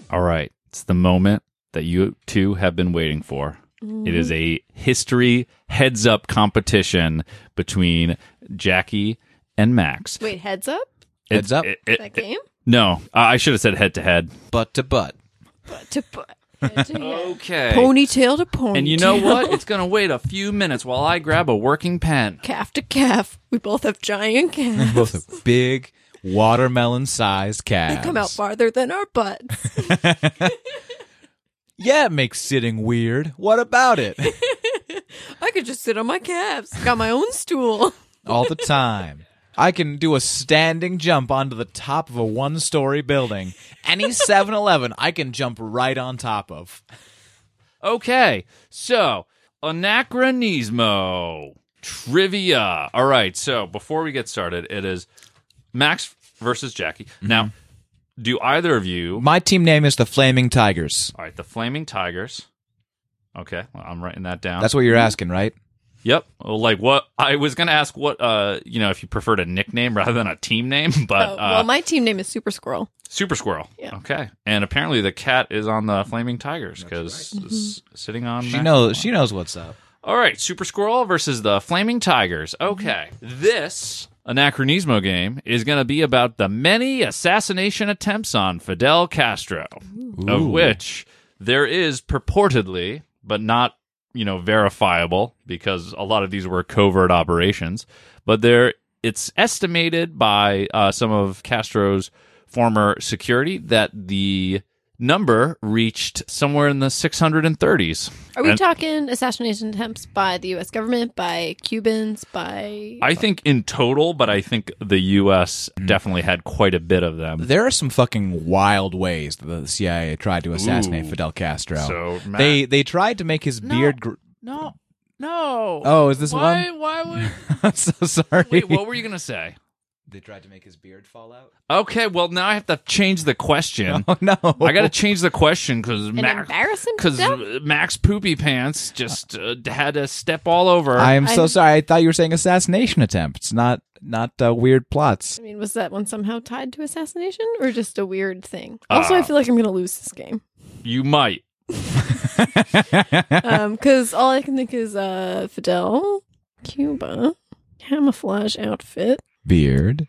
Speaker 3: All right. It's the moment that you two have been waiting for. It is a history heads up competition between Jackie and Max.
Speaker 4: Wait, heads up?
Speaker 3: It-
Speaker 2: Heads up.
Speaker 3: it- it-
Speaker 4: That game?
Speaker 3: no, I I should have said head to head.
Speaker 2: Butt to butt.
Speaker 4: Butt to butt. Head to head.
Speaker 3: Okay.
Speaker 4: Ponytail to ponytail.
Speaker 3: And you know what? It's going to wait a few minutes while I grab a working pen.
Speaker 4: calf to calf. We both have giant calves.
Speaker 2: Both are big watermelon sized
Speaker 4: They
Speaker 2: calves.
Speaker 4: come out farther than our butts.
Speaker 2: Yeah, it makes sitting weird. What about it?
Speaker 4: I could just sit on my calves. Got my own stool.
Speaker 2: All the time. I can do a standing jump onto the top of a one story building. Any 7 Eleven, I can jump right on top of.
Speaker 3: Okay, so anachronismo trivia. All right, so before we get started, it is Max versus Jackie. Now, do either of you?
Speaker 2: My team name is the Flaming Tigers.
Speaker 3: All right, the Flaming Tigers. Okay, well, I'm writing that down.
Speaker 2: That's what you're asking, right?
Speaker 3: yep. Well, like what I was gonna ask. What uh, you know, if you preferred a nickname rather than a team name, but
Speaker 4: Oh,
Speaker 3: uh,
Speaker 4: well, my team name is Super Squirrel.
Speaker 3: Super Squirrel.
Speaker 4: Yeah.
Speaker 3: Okay, and apparently the cat is on the Flaming Tigers because it's
Speaker 4: Mm-hmm.
Speaker 3: sitting on.
Speaker 2: She
Speaker 3: Max's
Speaker 2: knows
Speaker 3: lap.
Speaker 2: she knows what's up.
Speaker 3: All right, Super Squirrel versus the Flaming Tigers. Okay, this anachronismo game is going to be about the many assassination attempts on Fidel Castro, of
Speaker 2: Ooh.
Speaker 3: which there is purportedly, but not you know verifiable because a lot of these were covert operations. But there, it's estimated by uh, some of Castro's former security that the number reached somewhere in the 630s.
Speaker 4: Are we
Speaker 3: And-
Speaker 4: talking assassination attempts by the U.S. government, by Cubans, by
Speaker 3: I think in total, but I think the U.S. definitely had quite a bit of them.
Speaker 2: There are some fucking wild ways that the CIA tried to assassinate
Speaker 3: Ooh.
Speaker 2: Fidel Castro.
Speaker 3: So Matt,
Speaker 2: they they tried to make his
Speaker 3: No.
Speaker 2: beard. Gr-
Speaker 3: no, no.
Speaker 2: oh, is this
Speaker 3: why?
Speaker 2: one?
Speaker 3: Why would?
Speaker 2: I'm so sorry.
Speaker 3: Wait, what were you gonna say?
Speaker 2: They tried to make his beard fall out.
Speaker 3: Okay, well now I have to change the question.
Speaker 2: Oh no!
Speaker 3: I got to change the question because
Speaker 4: an
Speaker 3: Max,
Speaker 4: embarrassing
Speaker 3: because
Speaker 4: death?
Speaker 3: Max Poopy Pants just uh, had to step all over.
Speaker 2: I am so
Speaker 4: I'm-
Speaker 2: sorry. I thought you were saying assassination attempts, not not uh, weird plots.
Speaker 4: I mean, was that one somehow tied to assassination or just a weird thing? Also,
Speaker 2: Ah.
Speaker 4: I feel like I'm going to lose this game
Speaker 3: you might.
Speaker 4: because um, all I can think is uh, Fidel, Cuba, camouflage outfit,
Speaker 2: Beard.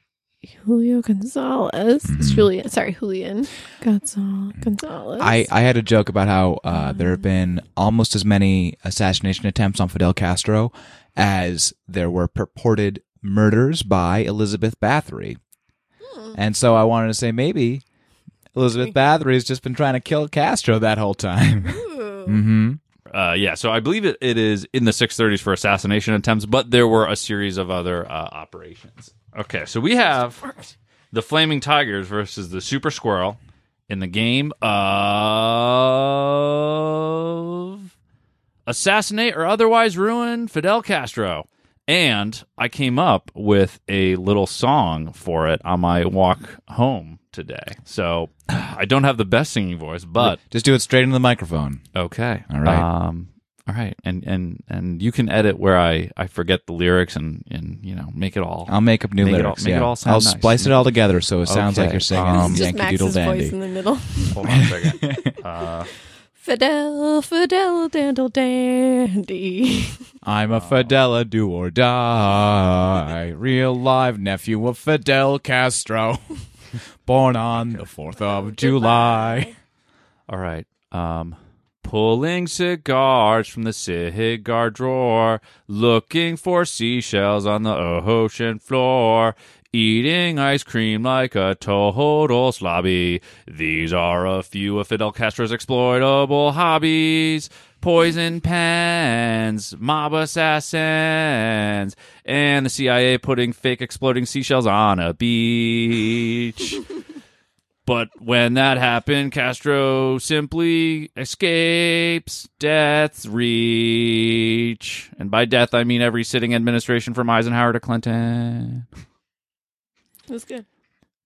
Speaker 4: Julio Gonzalez. It's
Speaker 2: Hmm.
Speaker 4: Julian, sorry, Julian Gonzal- Gonzalez.
Speaker 2: I, I had a joke about how uh, there have been almost as many assassination attempts on Fidel Castro as there were purported murders by Elizabeth Bathory. And so I wanted to say maybe Elizabeth Bathory has just been trying to kill Castro that whole time.
Speaker 4: Ooh.
Speaker 2: hmm
Speaker 3: Uh, yeah, so I believe it, it is in the 630s for assassination attempts, but there were a series of other uh, operations. Okay, so we have the Flaming Tigers versus the Super Squirrel in the game of assassinate or otherwise ruin Fidel Castro. And I came up with a little song for it on my walk home today. So I don't have the best singing voice, but
Speaker 2: Just do it straight into the microphone.
Speaker 3: Okay.
Speaker 2: All right.
Speaker 3: Um, all right. And and and you can edit where I I forget the lyrics and and you know make it all.
Speaker 2: I'll make up new
Speaker 3: Make it all-
Speaker 2: lyrics.
Speaker 3: make it
Speaker 2: yeah.
Speaker 3: all sound
Speaker 2: I'll
Speaker 3: nice.
Speaker 2: splice it all together so it sounds
Speaker 3: Okay,
Speaker 2: like you're singing
Speaker 3: um,
Speaker 4: It's just
Speaker 2: Yankee Doodle
Speaker 4: Max's
Speaker 2: Oh, Dandy.
Speaker 4: voice in the middle.
Speaker 3: Hold on a second. uh,
Speaker 4: Fidel, Fidel, Dandel, Dandy.
Speaker 2: I'm a Fidela do or die, real live nephew of Fidel Castro, born on the 4th of July.
Speaker 3: all right. Um. Pulling cigars from the cigar drawer, looking for seashells on the ocean floor, eating ice cream like a total slobby. These are a few of Fidel Castro's exploitable hobbies. poison pens, mob assassins, and the CIA putting fake exploding seashells on a beach. but when that happened, Castro simply escapes death's reach. And by death, I mean every sitting administration from Eisenhower to Clinton.
Speaker 4: That's good.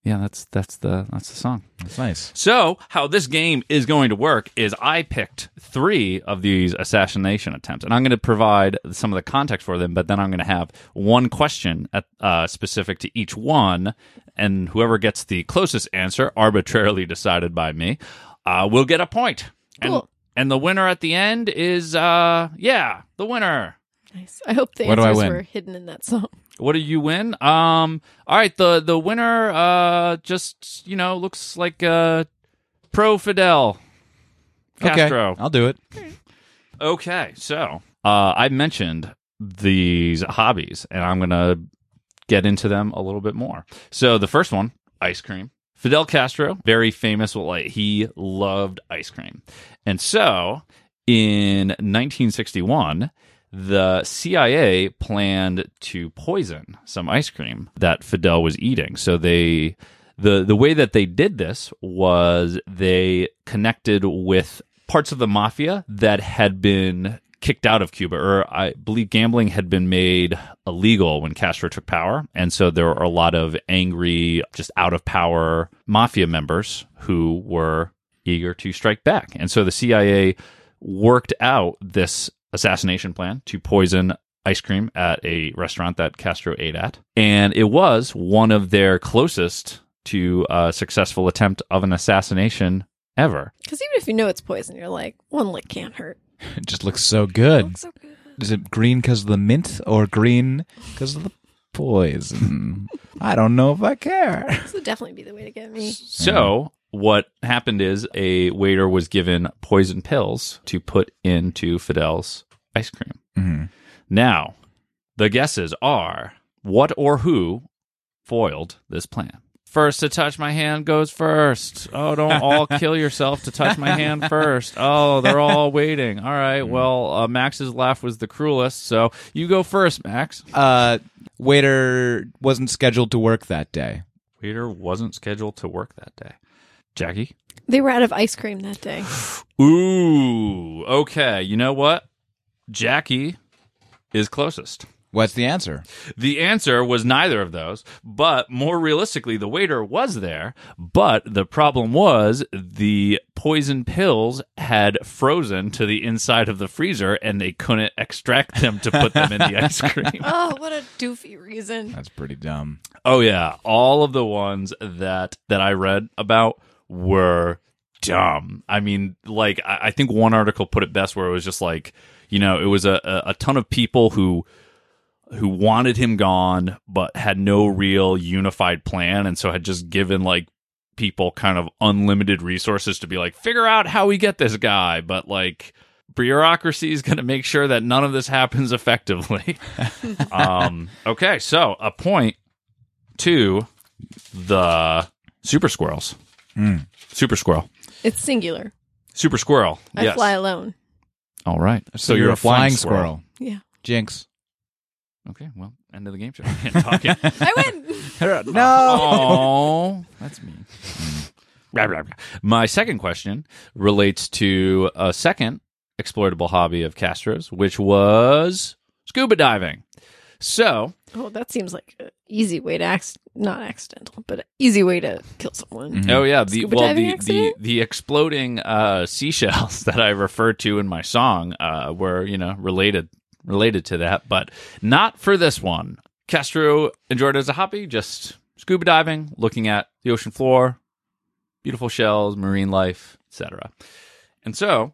Speaker 3: yeah, that's that's the that's the song.
Speaker 2: That's nice.
Speaker 3: So, how this game is going to work is I picked three of these assassination attempts, and I'm going to provide some of the context for them, but then I'm going to have one question at, uh, specific to each one, and whoever gets the closest answer, arbitrarily decided by me, uh, will get a point. And,
Speaker 4: Cool.
Speaker 3: and the winner at the end is, uh, yeah, the winner.
Speaker 4: Nice. I hope the
Speaker 2: What do I
Speaker 4: answers
Speaker 2: win?
Speaker 4: were hidden in that song.
Speaker 3: What do you win? Um, all right, the the winner, uh, just you know, looks like uh, pro Fidel Castro.
Speaker 2: Okay, I'll do it.
Speaker 3: Okay, so uh, I mentioned these hobbies, and I'm gonna get into them a little bit more. So the first one, ice cream. Fidel Castro, very famous, well, like he loved ice cream, and so in 1961, the CIA planned to poison some ice cream that Fidel was eating. So they the the way that they did this was they connected with parts of the mafia that had been kicked out of Cuba or I believe gambling had been made illegal when Castro took power and so there were a lot of angry just out of power mafia members who were eager to strike back and so the CIA worked out this assassination plan to poison ice cream at a restaurant that Castro ate at. And it was one of their closest to a successful attempt of an assassination ever.
Speaker 4: Because even if you know it's poison, you're like, one lick can't hurt.
Speaker 2: It just looks so good.
Speaker 4: Looks so good.
Speaker 2: Is it green because of the mint or green because of the poison? I don't know if I care.
Speaker 4: This would definitely be the way to get me.
Speaker 3: So what happened is a waiter was given poison pills to put into Fidel's ice cream.
Speaker 2: Mhm.
Speaker 3: Now, the guesses are what or who foiled this plan. First to touch my hand goes first. Oh, don't all kill yourself to touch my hand first. Oh, they're all waiting. All right. Well, uh, Max's laugh was the cruelest, so you go first, Max.
Speaker 2: Uh, waiter wasn't scheduled to work that day.
Speaker 3: Peter wasn't scheduled to work that day. Jackie?
Speaker 4: They were out of ice cream that day.
Speaker 3: Ooh, okay. You know what? Jackie is closest.
Speaker 2: What's the answer?
Speaker 3: The answer was neither of those, but more realistically, the waiter was there. But the problem was the poison pills had frozen to the inside of the freezer and they couldn't extract them to put them in the ice cream.
Speaker 4: Oh, what a doofy reason.
Speaker 2: That's pretty dumb.
Speaker 3: Oh yeah, all of the ones that that I read about were dumb. I mean, like I, I think one article put it best, where it was just like, you know, it was a, a, a ton of people who who wanted him gone, but had no real unified plan, and so had just given like people kind of unlimited resources to be like, figure out how we get this guy, but like bureaucracy is going to make sure that none of this happens effectively. um, okay, so a point to the super squirrels.
Speaker 2: Hmm.
Speaker 3: Super squirrel.
Speaker 4: It's singular.
Speaker 3: Super squirrel.
Speaker 4: I
Speaker 3: yes.
Speaker 4: fly alone.
Speaker 3: All right.
Speaker 2: So, you're, a flying, squirrel.
Speaker 4: Yeah.
Speaker 2: Jinx.
Speaker 3: Okay. Well, end of the game show. I can't talk it.
Speaker 4: I win.
Speaker 2: no.
Speaker 3: Oh, that's mean. Blah, blah, blah. My second question relates to a second exploitable hobby of Castro's, which was scuba diving. So,
Speaker 4: Oh, that seems like an easy way to acc- not accidental, but an easy way to kill someone.
Speaker 2: Mm-hmm.
Speaker 3: Oh yeah, the
Speaker 4: Mm-hmm. Scuba
Speaker 3: well
Speaker 4: diving
Speaker 3: the, the
Speaker 4: accident?
Speaker 3: the exploding uh, seashells that I referred to in my song uh, were you know related related to that, but not for this one. Castro enjoyed it as a hobby, just scuba diving, looking at the ocean floor, beautiful shells, marine life, etc. And so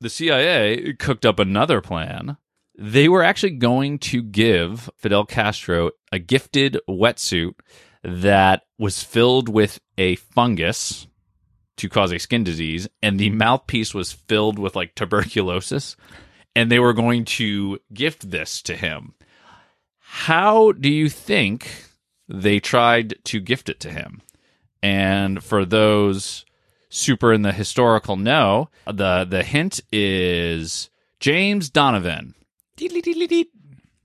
Speaker 3: the CIA cooked up another plan. They were actually going to give Fidel Castro a gifted wetsuit that was filled with a fungus to cause a skin disease, and the mouthpiece was filled with like tuberculosis, and they were going to gift this to him. How do you think they tried to gift it to him? And for those super in the historical know, the the hint is James Donovan.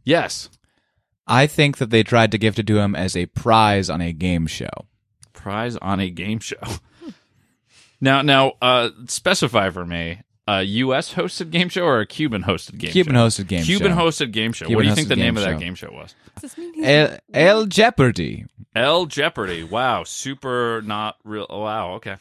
Speaker 3: Yes.
Speaker 2: I think that they tried to gift it to him as a prize on a game show.
Speaker 3: prize on a game show. now, now, uh, specify for me a U.S. hosted game show or a Cuban hosted game
Speaker 2: Cuban
Speaker 3: show?
Speaker 2: hosted game
Speaker 3: Cuban
Speaker 2: show.
Speaker 3: hosted game show. what
Speaker 2: Cuban
Speaker 3: do you think
Speaker 2: hosted
Speaker 3: the name
Speaker 2: game
Speaker 3: of that
Speaker 2: show.
Speaker 3: game show was?
Speaker 4: Does this mean he's
Speaker 2: El, El Jeopardy.
Speaker 3: L Jeopardy. Wow, super not real. oh, Wow, okay.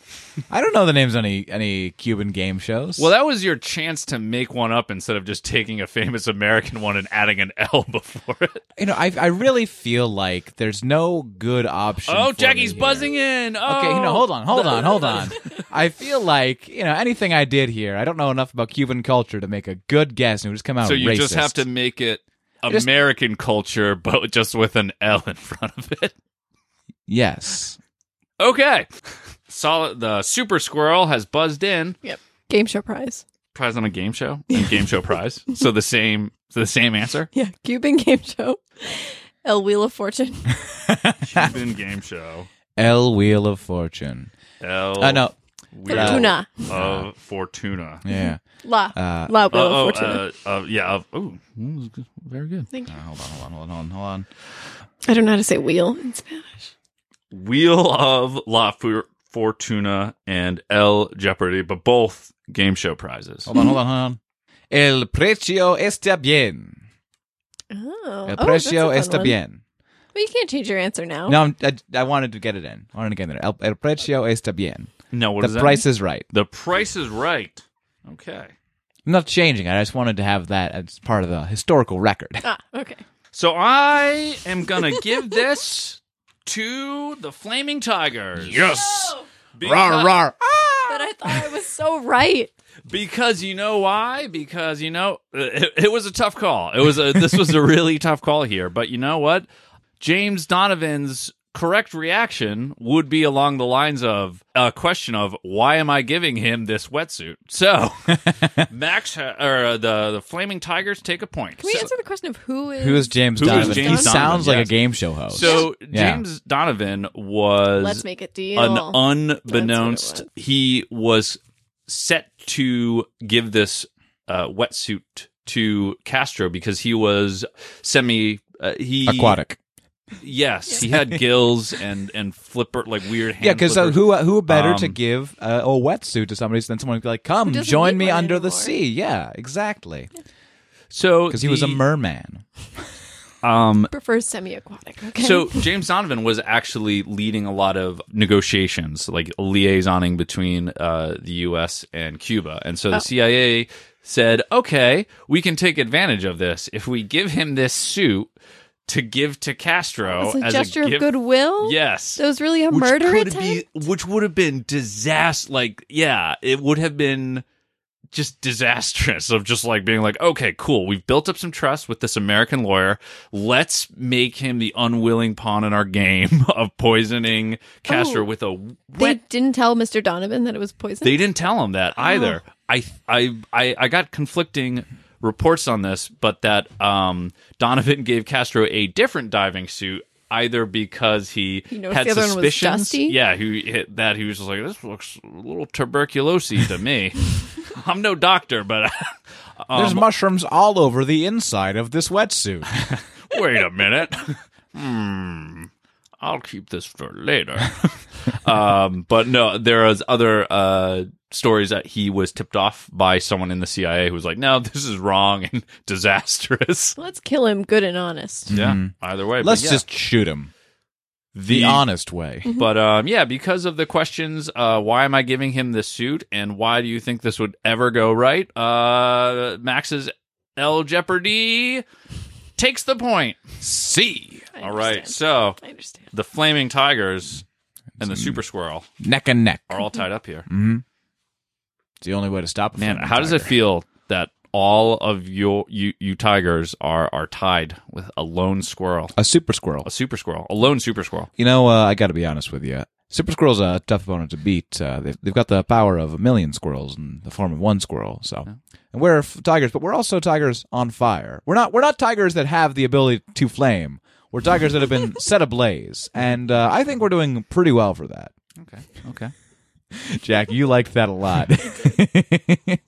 Speaker 2: I don't know the names of any any Cuban game shows.
Speaker 3: Well, that was your chance to make one up instead of just taking a famous American one and adding an L before it.
Speaker 2: you know, I I really feel like there's no good option.
Speaker 3: Oh,
Speaker 2: for me
Speaker 3: Jackie's
Speaker 2: here.
Speaker 3: buzzing in. Oh.
Speaker 2: Okay, you know, hold on, hold on, hold on. I feel like you know anything I did here. I don't know enough about Cuban culture to make a good guess, and it would just come out.
Speaker 3: So you
Speaker 2: racist.
Speaker 3: just have to make it
Speaker 2: just-
Speaker 3: American culture, but just with an L in front of it.
Speaker 2: Yes.
Speaker 3: Okay. Solid. The super squirrel has buzzed in.
Speaker 4: Game show prize.
Speaker 3: Prize on a game show. And game show prize. So the same. So the same answer.
Speaker 4: Yeah, Cuban game show. El Wheel of Fortune.
Speaker 3: Cuban game show.
Speaker 2: El Wheel of Fortune. Uh,
Speaker 3: L.
Speaker 2: I know. Uh,
Speaker 3: Wheel
Speaker 4: Fortuna.
Speaker 3: Of Fortuna.
Speaker 2: Yeah.
Speaker 4: La.
Speaker 2: Uh,
Speaker 4: La Wheel
Speaker 3: Oh,
Speaker 4: of
Speaker 3: oh,
Speaker 4: Fortuna.
Speaker 3: uh, uh, yeah. Of, ooh, Mm, it's good. very good.
Speaker 4: Thank you.
Speaker 2: uh, hold on, hold on, hold on, hold on.
Speaker 4: I don't know how to say wheel in Spanish.
Speaker 3: Wheel of La Fu- Fortuna and El Jeopardy, but both game show prizes.
Speaker 2: Hold on, hold on, hold on. El precio está bien.
Speaker 4: Oh.
Speaker 2: El
Speaker 4: Oh, that's a
Speaker 2: precio
Speaker 4: fun
Speaker 2: está
Speaker 4: one. Oh.
Speaker 2: bien.
Speaker 4: Well, you can't change your answer now.
Speaker 2: No, I'm, I, I wanted to get it in. I wanted to get it in. El, el precio está bien.
Speaker 3: No, what
Speaker 2: the
Speaker 3: does that
Speaker 2: price is right.
Speaker 3: mean? The price is right. Okay.
Speaker 2: I'm not changing. it. I just wanted to have that as part of the historical record.
Speaker 4: Ah, okay.
Speaker 3: So I am gonna give this to the Flaming Tigers. Yes.
Speaker 2: Rar, rar.
Speaker 4: But I thought I was so right.
Speaker 3: Because you know why? Because you know uh, it, it was a tough call. It was a this was a really tough call here. But you know what? James Donovan's correct reaction would be along the lines of a question of why am I giving him this wetsuit? So Max ha- or uh, the the Flaming Tigers take a point.
Speaker 4: Can we
Speaker 3: So-
Speaker 4: answer the question of who is
Speaker 2: Who is James
Speaker 3: Who is
Speaker 2: Donovan?
Speaker 3: James
Speaker 2: he
Speaker 3: Donovan,
Speaker 2: sounds like
Speaker 3: yes.
Speaker 2: a game show host.
Speaker 3: So
Speaker 2: Yeah.
Speaker 3: James Donovan was
Speaker 4: Let's make a deal.
Speaker 3: an unbeknownst
Speaker 4: That's what
Speaker 3: he was set to give this uh, wetsuit to Castro because he was semi uh, he
Speaker 2: aquatic.
Speaker 3: Yes, he had gills and and flipper like weird hands.
Speaker 2: Yeah, because uh, who who better to
Speaker 3: Um,
Speaker 2: give uh, a wetsuit to somebody than someone who'd be like, "Come,
Speaker 4: doesn't
Speaker 2: join
Speaker 4: need
Speaker 2: me
Speaker 4: one
Speaker 2: under the
Speaker 4: anymore."
Speaker 2: sea"? Yeah, exactly.
Speaker 3: so
Speaker 2: Because he was a
Speaker 3: the-
Speaker 2: merman.
Speaker 3: um
Speaker 4: prefers semi-aquatic. Okay.
Speaker 3: So James Donovan was actually leading a lot of negotiations, like liaisoning between uh, the U.S. and Cuba, and
Speaker 4: Oh.
Speaker 3: so the CIA said, "Okay, we can take advantage of this if we give him this suit to give to Castro
Speaker 4: it's a
Speaker 3: as
Speaker 4: gesture
Speaker 3: a
Speaker 4: of
Speaker 3: gift."
Speaker 4: goodwill.
Speaker 3: Yes,
Speaker 4: So it was really a murder
Speaker 3: could
Speaker 4: attempt.
Speaker 3: be- which would have been disaster. Like, yeah, it would have been just disastrous of just like being like, okay, cool, we've built up some trust with this American lawyer. Let's make him the unwilling pawn in our game of poisoning Castro
Speaker 4: Oh,
Speaker 3: with a
Speaker 4: They
Speaker 3: wet.
Speaker 4: didn't tell Mr. Donovan that it Oh. was poison.
Speaker 3: They didn't tell him that either. I, I, I, I got conflicting reports on this, but that um, Donovan gave Castro a different diving suit. Either because he,
Speaker 4: He noticed
Speaker 3: had
Speaker 4: the other one was
Speaker 3: suspicions,
Speaker 4: dusty?
Speaker 3: yeah, who hit that? He was just like, "This looks a little tuberculosy to me." I'm no doctor, but
Speaker 2: There's
Speaker 3: Um,
Speaker 2: mushrooms all over the inside of this wetsuit.
Speaker 3: wait a minute. Hmm. I'll keep this for later. um, but no, there is other uh, stories that he was tipped off by someone in the CIA who was like, "No, this is wrong and disastrous."
Speaker 4: Let's kill him good and honest.
Speaker 3: Yeah. Either way, but
Speaker 2: Let's
Speaker 3: yeah.
Speaker 2: just shoot him the honest way.
Speaker 3: But um, yeah, because of the questions, uh, why am I giving him this suit, and why do you think this would ever go right? Uh, Max's L Jeopardy takes the point. C.
Speaker 4: I
Speaker 3: All right,
Speaker 4: understand.
Speaker 3: so
Speaker 4: I understand.
Speaker 3: the flaming tigers and the super squirrel
Speaker 2: Neck and neck.
Speaker 3: are all tied up here.
Speaker 2: It's the only way to stop. a
Speaker 3: Man,
Speaker 2: flaming
Speaker 3: how does it
Speaker 2: tiger.
Speaker 3: feel that all of your you, you tigers are are tied with a lone squirrel,
Speaker 2: A super squirrel.
Speaker 3: a super squirrel, a lone super squirrel?
Speaker 2: You know, uh, I got to be honest with you. Super squirrel's a tough opponent to beat. Uh, they've, they've got the power of a million squirrels in the form of one squirrel. So, and we're f- tigers, but we're also tigers on fire. We're not we're not tigers that have the ability to flame. We're tigers that have been set ablaze, and uh, I think we're doing pretty well for that.
Speaker 3: Okay, okay.
Speaker 2: Jack, you liked that a lot.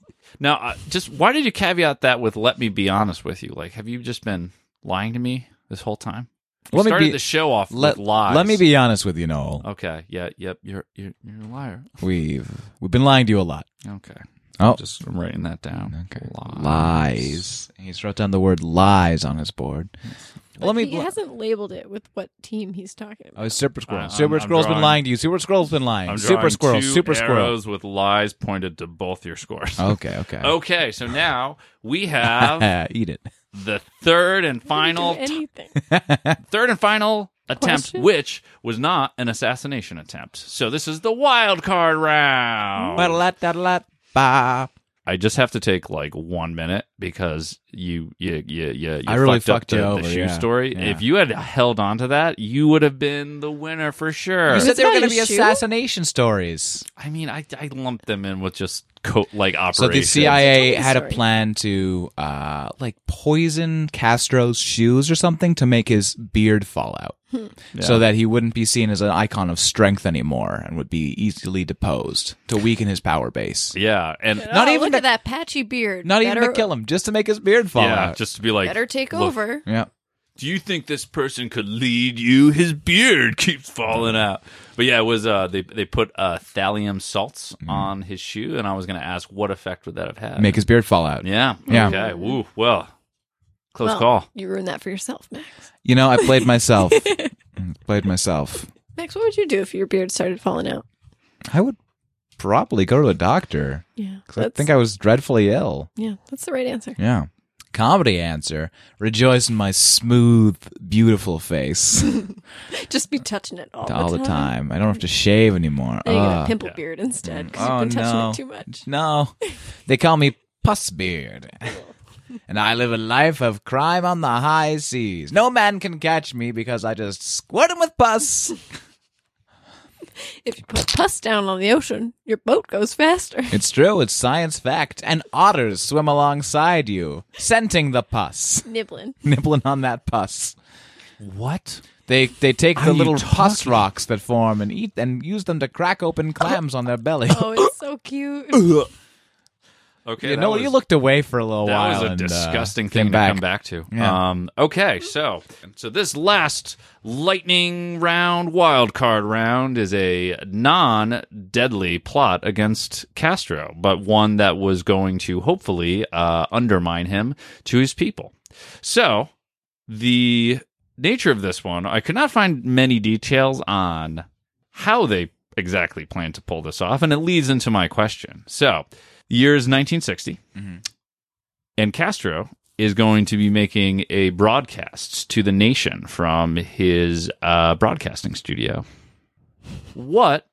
Speaker 3: Now, uh, just why did you caveat that with "Let me be honest with you"? Like, have you just been lying to me this whole time? We
Speaker 2: Let me
Speaker 3: started
Speaker 2: be-
Speaker 3: the show off
Speaker 2: let,
Speaker 3: with lies.
Speaker 2: let me be honest with you, Noel.
Speaker 3: Okay. Yeah. Yep. You're you're you're a liar.
Speaker 2: We've we've been lying to you a lot.
Speaker 3: Okay.
Speaker 2: Oh,
Speaker 3: Just I'm writing that down.
Speaker 2: Okay.
Speaker 3: Lies.
Speaker 2: Lies. He's wrote down the word lies on his board. Well, let
Speaker 4: But
Speaker 2: me.
Speaker 4: He hasn't labeled it with what team he's talking about.
Speaker 2: Oh, it's Super Squirrel.
Speaker 3: I- I'm-
Speaker 2: Super
Speaker 3: I'm
Speaker 2: Squirrel's been
Speaker 3: drawing-
Speaker 2: lying to you. Super Squirrel's been lying.
Speaker 3: I'm
Speaker 2: Super
Speaker 3: drawing
Speaker 2: Squirrel.
Speaker 3: two
Speaker 2: Super Squirrel. Oh.
Speaker 3: arrows Oh. with lies pointed to both your scores.
Speaker 2: Okay, okay.
Speaker 3: Okay, so now we have
Speaker 2: Eat it.
Speaker 3: the third and
Speaker 4: He didn't
Speaker 3: final
Speaker 4: do anything.
Speaker 3: third and final attempt,
Speaker 4: Question?
Speaker 3: which was not an assassination attempt. So this is the wild card round.
Speaker 2: Ba-la-da-la-ba.
Speaker 3: I just have to take like one minute because you you you you, you
Speaker 2: I really
Speaker 3: fucked,
Speaker 2: fucked you
Speaker 3: up the,
Speaker 2: over,
Speaker 3: the shoe
Speaker 2: yeah.
Speaker 3: story.
Speaker 2: Yeah.
Speaker 3: If you had held on to that, you would have been the winner for sure.
Speaker 2: You said
Speaker 4: It's
Speaker 2: there were
Speaker 4: not
Speaker 2: going to
Speaker 4: a
Speaker 2: be
Speaker 4: shoe?
Speaker 2: assassination stories.
Speaker 3: I mean, I I lumped them in with just co- like
Speaker 2: So
Speaker 3: operations.
Speaker 2: the CIA
Speaker 4: Tell me
Speaker 2: had a
Speaker 4: a story.
Speaker 2: plan to uh, like poison Castro's shoes or something to make his beard fall out,
Speaker 4: Hmm.
Speaker 2: so that he wouldn't be seen as an icon of strength anymore and would be easily deposed to weaken his power base.
Speaker 3: Yeah, and
Speaker 2: Not
Speaker 4: Oh,
Speaker 2: even
Speaker 4: look
Speaker 2: to-
Speaker 4: at that patchy beard.
Speaker 2: Not even
Speaker 4: Better-
Speaker 2: to kill him, just to make his beard fall
Speaker 3: yeah,
Speaker 2: out.
Speaker 3: just to be like,
Speaker 4: Better take
Speaker 3: look,
Speaker 4: over.
Speaker 2: yeah.
Speaker 3: do you think this person could lead you? His beard keeps falling out. But yeah, it was uh they they put uh thallium salts on his shoe, and I was gonna ask what effect would that have had?
Speaker 2: Mm-hmm. Make his beard fall out.
Speaker 3: yeah,
Speaker 2: Yeah.
Speaker 3: Okay, woo, well, close
Speaker 4: Well,
Speaker 3: call.
Speaker 4: You ruined that for yourself, Max.
Speaker 2: You know, I played myself. Mm, played myself.
Speaker 4: Max, what would you do if your beard started falling out?
Speaker 2: I would probably go to a doctor
Speaker 4: Yeah,
Speaker 2: 'cause I think I was dreadfully ill.
Speaker 4: yeah, that's the right answer.
Speaker 2: Yeah. Comedy answer. Rejoice in my smooth, beautiful face
Speaker 4: Just be touching it all,
Speaker 2: all the time. Ah. I don't have to shave anymore.
Speaker 4: Now you got
Speaker 2: Ugh.
Speaker 4: a pimple
Speaker 3: Yeah.
Speaker 4: beard instead because
Speaker 2: Oh,
Speaker 4: you've been touching
Speaker 2: no.
Speaker 4: it too much.
Speaker 2: No. They call me Puss Beard. and I live a life of crime on the high seas. No man can catch me because I just squirt him with pus.
Speaker 4: If you put pus down on the ocean, your boat goes faster.
Speaker 2: it's true. It's science fact. And otters swim alongside you, scenting the pus,
Speaker 4: Nibbling.
Speaker 2: nibbling on that pus.
Speaker 3: What?
Speaker 2: They they take
Speaker 3: Are
Speaker 2: the
Speaker 3: you
Speaker 2: little pus
Speaker 3: talking?
Speaker 2: rocks that form and eat and use them to crack open clams on their belly.
Speaker 4: Oh, it's so cute.
Speaker 3: Okay,
Speaker 2: you
Speaker 3: that
Speaker 2: know,
Speaker 3: was-
Speaker 2: you looked away for a little
Speaker 3: That
Speaker 2: while.
Speaker 3: was a
Speaker 2: and, uh,
Speaker 3: disgusting
Speaker 2: came
Speaker 3: thing
Speaker 2: back.
Speaker 3: to come back to.
Speaker 2: Yeah.
Speaker 3: Um, okay, so so this last lightning round, wild card round, is a non-deadly plot against Castro, but one that was going to hopefully uh, undermine him to his people. So the nature of this one, I could not find many details on how they exactly plan to pull this off, and it leads into my question. So, the year is 1960, and Castro is going to be making a broadcast to the nation from his uh, broadcasting studio. What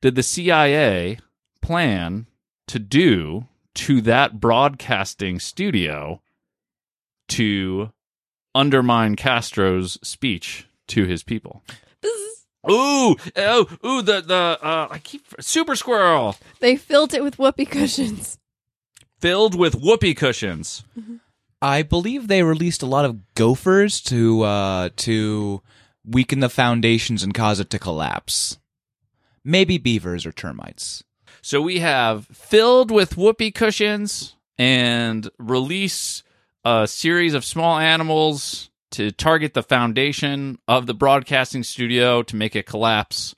Speaker 3: did the CIA plan to do to that broadcasting studio to undermine Castro's speech to his people? Ooh, oh, ooh, the the uh, I keep super squirrel
Speaker 4: they filled it with whoopee cushions.
Speaker 3: filled with whoopee cushions.
Speaker 2: I believe they released a lot of gophers to uh, to weaken the foundations and cause it to collapse. Maybe beavers or termites.
Speaker 3: So we have filled with whoopee cushions and release a series of small animals to target the foundation of the broadcasting studio to make it collapse.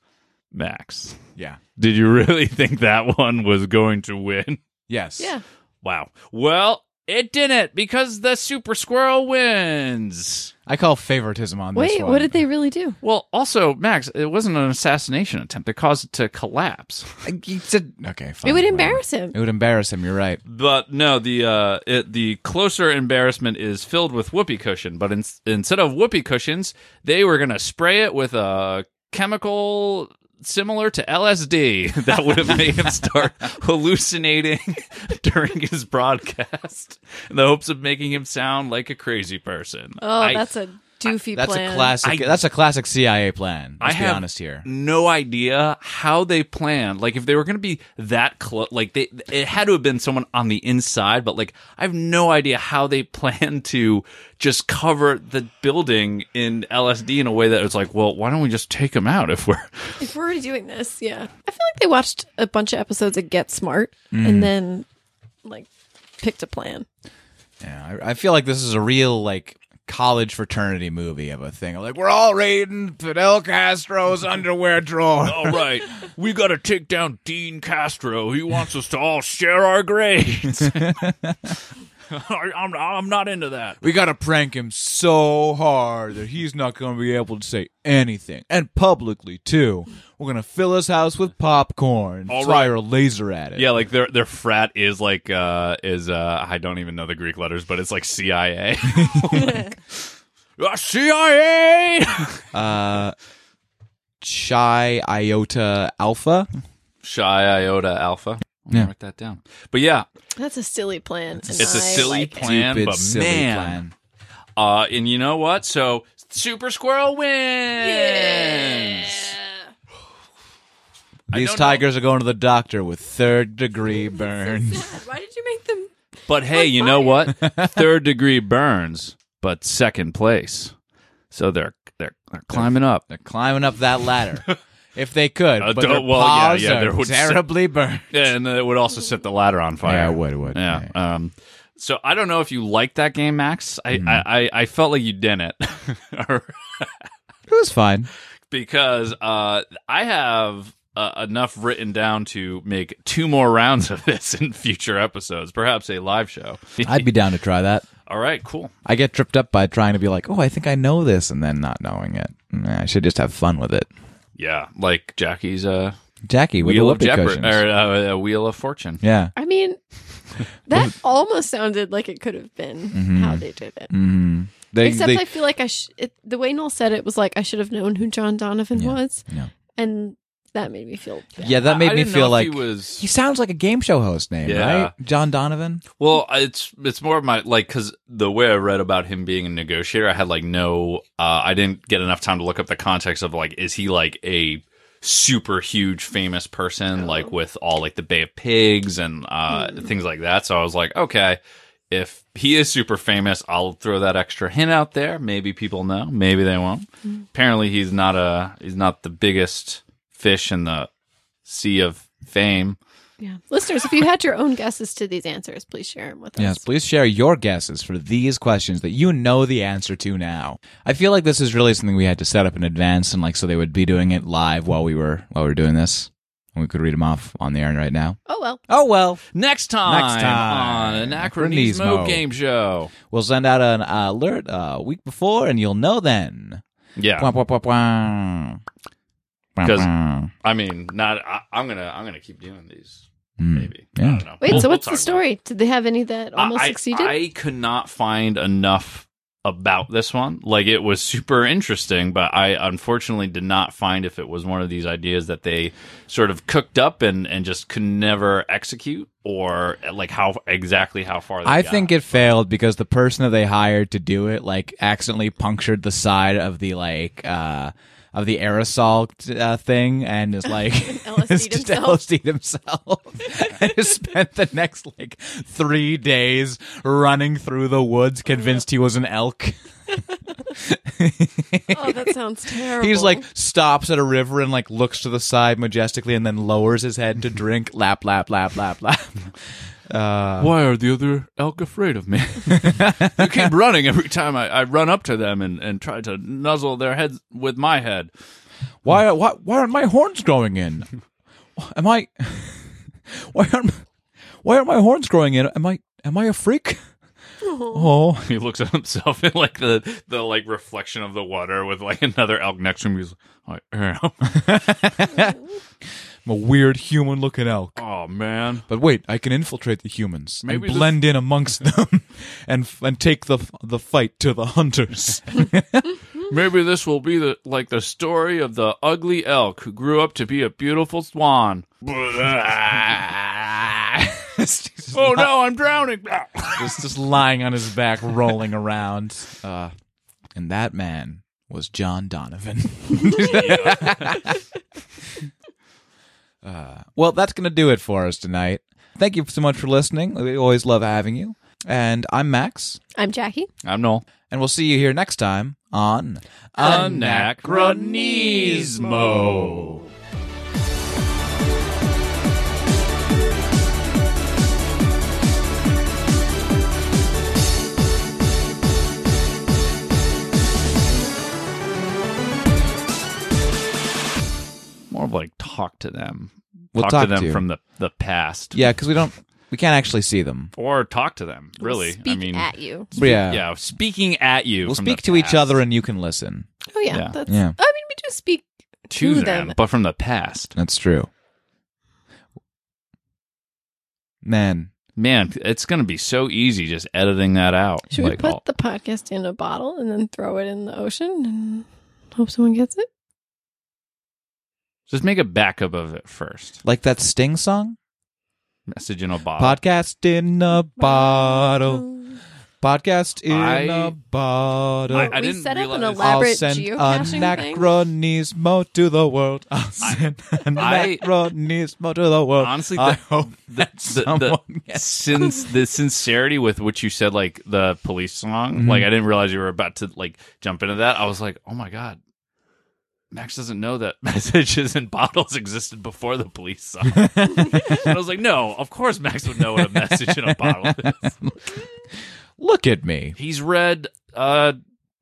Speaker 3: Max,
Speaker 2: Yeah.
Speaker 3: did you really think that one was going to win?
Speaker 2: Yes.
Speaker 4: Yeah.
Speaker 3: Wow. Well, it didn't because the super squirrel wins.
Speaker 2: I call favoritism on this
Speaker 4: Wait,
Speaker 2: one.
Speaker 4: what did they really do?
Speaker 3: Well, also, Max, it wasn't an assassination attempt. It caused it to collapse.
Speaker 2: I- you said- okay, fine.
Speaker 4: It would
Speaker 2: whatever.
Speaker 4: embarrass him.
Speaker 2: It would embarrass him. You're right.
Speaker 3: But no, the uh, it, the closer embarrassment is filled with whoopee cushion. But in, instead of whoopee cushions, they were gonna spray it with a chemical similar to LSD that would have made him start hallucinating during his broadcast in the hopes of making him sound like a crazy person.
Speaker 4: Oh,
Speaker 3: I-
Speaker 4: that's a doofy
Speaker 2: That's
Speaker 4: plan.
Speaker 2: a classic.
Speaker 3: I-
Speaker 2: that's a classic CIA plan. Let's
Speaker 3: I
Speaker 2: be
Speaker 3: have
Speaker 2: honest here.
Speaker 3: no idea how they planned. Like if they were going to be that close, like they, it had to have been someone on the inside. But like, I have no idea how they planned to just cover the building in LSD in a way that it's like, well, why don't we just take them out if we're?
Speaker 4: If we're already doing this, yeah. I feel like they watched a bunch of episodes of Get Smart
Speaker 3: Mm.
Speaker 4: and then like picked a plan.
Speaker 2: Yeah, I, I feel like this is a real like college fraternity movie of a thing. Like we're all raiding Fidel Castro's underwear drawer.
Speaker 3: All right, we got to take down Dean Castro. He wants us to all share our grades. I'm, I'm not into that.
Speaker 2: We gotta prank him so hard that he's not gonna be able to say anything, and publicly too. We're gonna fill his house with popcorn,
Speaker 3: All
Speaker 2: fire
Speaker 3: right.
Speaker 2: a laser at it.
Speaker 3: Yeah, like their their frat is like uh is uh I don't even know the Greek letters, but it's like CIA. Uh, CIA.
Speaker 2: Uh, Chi Iota Alpha.
Speaker 3: Shy Iota Alpha.
Speaker 2: Yeah.
Speaker 3: I'm gonna Write that down. But yeah,
Speaker 4: That's a silly plan. and
Speaker 3: it's a
Speaker 4: I
Speaker 3: silly
Speaker 4: like it.
Speaker 3: plan,
Speaker 2: Stupid,
Speaker 3: but
Speaker 2: silly
Speaker 3: man,
Speaker 2: plan.
Speaker 3: Uh, and you know what? So Super Squirrel wins. I
Speaker 2: These
Speaker 3: don't
Speaker 2: tigers are going to the doctor with third degree burns.
Speaker 4: Why did you make them?
Speaker 3: But hey, you know what? Third degree burns, but second place. So they're they're, they're climbing up.
Speaker 2: they're climbing up that ladder if they could,
Speaker 3: Uh,
Speaker 2: but
Speaker 3: don't-
Speaker 2: their
Speaker 3: well, yeah,
Speaker 2: paws
Speaker 3: yeah,
Speaker 2: are
Speaker 3: there would-
Speaker 2: terribly burned.
Speaker 3: Yeah, and it would also set the ladder on fire.
Speaker 2: Yeah, it would, it would.
Speaker 3: Yeah. Um, so I don't know if you liked that game, Max. I
Speaker 2: Hmm.
Speaker 3: I, I, I felt like you didn't,
Speaker 2: It was fine.
Speaker 3: because uh, I have uh, enough written down to make two more rounds of this in future episodes, perhaps a live show.
Speaker 2: I'd be down to try that.
Speaker 3: All right, cool.
Speaker 2: I get tripped up by trying to be like, oh, I think I know this, and then not knowing it. Nah, I should just have fun with it.
Speaker 3: Yeah, like Jackie's uh,
Speaker 2: Jackie, with
Speaker 3: wheel
Speaker 2: the
Speaker 3: of
Speaker 2: whoopee
Speaker 3: jeopardy
Speaker 2: cushions.
Speaker 3: or uh, uh, wheel of fortune.
Speaker 2: yeah.
Speaker 4: I mean, that almost sounded like it could have been how they did it.
Speaker 2: Mm. They,
Speaker 4: Except
Speaker 2: they-
Speaker 4: I feel like I sh- it, the way Noel said it was like I should have known who John Donovan was,
Speaker 2: yeah.
Speaker 4: and that made me feel. Bad.
Speaker 2: yeah, that made
Speaker 3: I- I
Speaker 2: me
Speaker 3: didn't know
Speaker 2: feel
Speaker 3: if
Speaker 2: like
Speaker 3: he was.
Speaker 2: He sounds like a game show host name,
Speaker 3: Yeah.
Speaker 2: right? John Donovan.
Speaker 3: Well, it's it's more of my like because the way I read about him being a negotiator, I had like no, uh, I didn't get enough time to look up the context of like, is he like a super huge famous person like with all like the Bay of Pigs and uh, things like that? So I was like, okay, if he is super famous, I'll throw that extra hint out there. Maybe people know, maybe they won't. Apparently, he's not a he's not the biggest fish in the sea of fame.
Speaker 4: Yeah. Listeners, if you had your own guesses to these answers, please share them with us.
Speaker 2: Yes, please share your guesses for these questions that you know the answer to now. I feel like this is really something we had to set up in advance, and like so they would be doing it live while we were while we were doing this, and we could read them off on the air right now.
Speaker 4: Oh well.
Speaker 2: Oh well,
Speaker 3: Next time,
Speaker 2: Next time.
Speaker 3: on Anachronismo,
Speaker 2: Anachronismo.
Speaker 3: Game Show.
Speaker 2: we'll send out an uh, alert uh, a week before, and you'll know then.
Speaker 3: Yeah,
Speaker 2: Wah, wah, wah, wah. Wah,
Speaker 3: 'Cause-
Speaker 2: wah.
Speaker 3: I mean, not. I, I'm gonna. I'm gonna keep doing these.
Speaker 2: Mm.
Speaker 3: Maybe.
Speaker 2: Yeah.
Speaker 3: I don't know.
Speaker 4: Wait,
Speaker 3: We'll-
Speaker 4: so
Speaker 3: we'll
Speaker 4: what's
Speaker 3: talk about
Speaker 4: the
Speaker 3: it.
Speaker 4: story? Did they have any that almost
Speaker 3: Oh, I- I-
Speaker 4: succeeded?
Speaker 3: I could not find enough about this one. Like it was super interesting, but I unfortunately did not find if it was one of these ideas that they sort of cooked up and and just could never execute, or like how exactly how far. They
Speaker 2: I
Speaker 3: got.
Speaker 2: think it failed because the person that they hired to do it like accidentally punctured the side of the like uh of the aerosol uh, thing and is like
Speaker 4: LSD'd
Speaker 2: is just
Speaker 4: himself.
Speaker 2: LSD'd himself and has spent the next like three days running through the woods convinced he was an elk.
Speaker 4: oh, that sounds terrible.
Speaker 2: He's like stops at a river and like looks to the side majestically and then lowers his head to drink lap lap lap lap lap. Uh,
Speaker 3: Why are the other elk afraid of me? you keep running every time I, I run up to them and, and try to nuzzle their heads with my head.
Speaker 2: Why, why, why aren't my horns growing in? Am I? Why aren't Why aren't my horns growing in? Am I? Am I a freak? Oh,
Speaker 3: He looks at himself in like the, the like reflection of the water with like another elk next to him. He's like, "Oh,
Speaker 2: I'm a weird human-looking elk.
Speaker 3: oh man.
Speaker 2: But wait, I can infiltrate the humans
Speaker 3: Maybe
Speaker 2: and
Speaker 3: this-
Speaker 2: blend in amongst them, and and take the the fight to the hunters.
Speaker 3: Maybe this will be the like the story of the ugly elk who grew up to be a beautiful swan. oh
Speaker 2: He's just,
Speaker 3: no, I'm drowning.
Speaker 2: just just lying on his back, rolling around. Uh, and that man was John Donovan. Uh, well, that's going to do it for us tonight. Thank you so much for listening. We always love having you. And I'm Max,
Speaker 4: I'm Jackie.
Speaker 3: I'm Noel.
Speaker 2: and we'll see you here next time on
Speaker 3: Anachronismo. More of like talk to them.
Speaker 2: We'll
Speaker 3: talk,
Speaker 2: talk
Speaker 3: to them
Speaker 2: to you.
Speaker 3: from the, the past.
Speaker 2: Yeah, because we don't we can't actually see them.
Speaker 3: or talk to them.
Speaker 4: We'll
Speaker 3: Really,
Speaker 4: speak
Speaker 3: I mean,
Speaker 4: at you.
Speaker 2: Yeah.
Speaker 3: yeah, speaking at you.
Speaker 2: We'll
Speaker 3: from the
Speaker 2: speak to each
Speaker 3: past.
Speaker 2: other and you can listen.
Speaker 4: Oh yeah,
Speaker 3: Yeah.
Speaker 4: that's.
Speaker 2: Yeah.
Speaker 4: I mean, we do speak.
Speaker 3: to
Speaker 4: to
Speaker 3: them,
Speaker 4: them.
Speaker 3: but from the past.
Speaker 2: That's true. Man,
Speaker 3: Man, it's gonna be so easy just editing that out.
Speaker 4: Should we
Speaker 3: Like,
Speaker 4: put
Speaker 3: oh,
Speaker 4: the podcast in a bottle and then throw it in the ocean and hope someone gets it?
Speaker 3: just make a backup of it first.
Speaker 2: like that Sting song?
Speaker 3: Message in a bottle.
Speaker 2: Podcast in a bottle. Podcast in
Speaker 3: I-
Speaker 2: a bottle.
Speaker 3: I- I
Speaker 4: Oh, we
Speaker 3: didn't
Speaker 4: set up an
Speaker 3: realize-
Speaker 2: I'll
Speaker 4: elaborate
Speaker 2: send
Speaker 4: geocaching thing.
Speaker 2: anachronismo to the world. I'll send
Speaker 3: I-
Speaker 2: anachronismo to the world.
Speaker 3: Honestly,
Speaker 2: I
Speaker 3: the-
Speaker 2: hope
Speaker 3: the,
Speaker 2: that
Speaker 3: the,
Speaker 2: someone
Speaker 3: the,
Speaker 2: gets-
Speaker 3: since the sincerity with which you said like the police song, like I didn't realize you were about to like jump into that. I was like, oh my god, Max doesn't know that messages in bottles existed before the police song. and I was like, no, of course Max would know what a message in a bottle is.
Speaker 2: Look at me.
Speaker 3: He's read uh,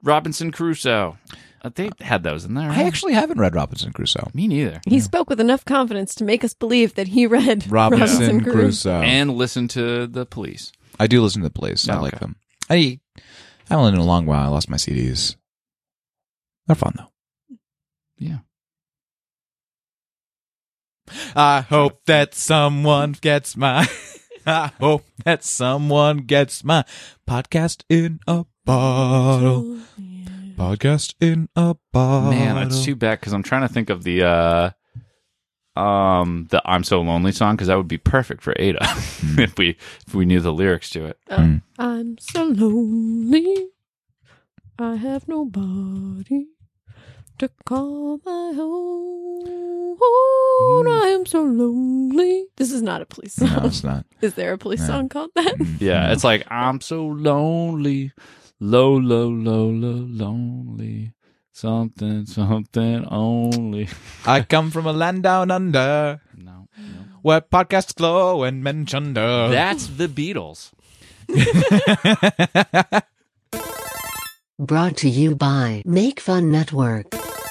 Speaker 3: Robinson Crusoe. Uh, they had those in there.
Speaker 2: I
Speaker 3: right?
Speaker 2: actually haven't read Robinson Crusoe.
Speaker 3: me neither.
Speaker 4: He spoke with enough confidence to make us believe that he read
Speaker 2: Robinson,
Speaker 4: Robinson
Speaker 2: Crusoe.
Speaker 4: Crusoe.
Speaker 3: And listen to the police.
Speaker 2: I do listen to the plays. I
Speaker 3: Oh,
Speaker 2: like
Speaker 3: okay.
Speaker 2: them. I I haven't lived in a long while. I lost my CDs. They're fun though.
Speaker 3: Yeah.
Speaker 2: I hope that someone gets my. I hope that someone gets my podcast in a bottle. Podcast in a bottle.
Speaker 3: Man, it's too bad because I'm trying to think of the uh, um the "I'm So Lonely" song because that would be perfect for Ada if we if we knew the lyrics to it.
Speaker 4: I'm so lonely. I have nobody to call my own. I am so lonely. This is not a police song.
Speaker 2: Hmm. No, it's not.
Speaker 4: Is there a police song called that?
Speaker 3: Yeah, it's like I'm so lonely, low, low, low, low, lonely. Something, something only.
Speaker 2: I come from a land down under
Speaker 3: No, no.
Speaker 2: where podcasts glow and men chunder.
Speaker 3: that's the Beatles.
Speaker 1: Brought to you by Make Fun Network.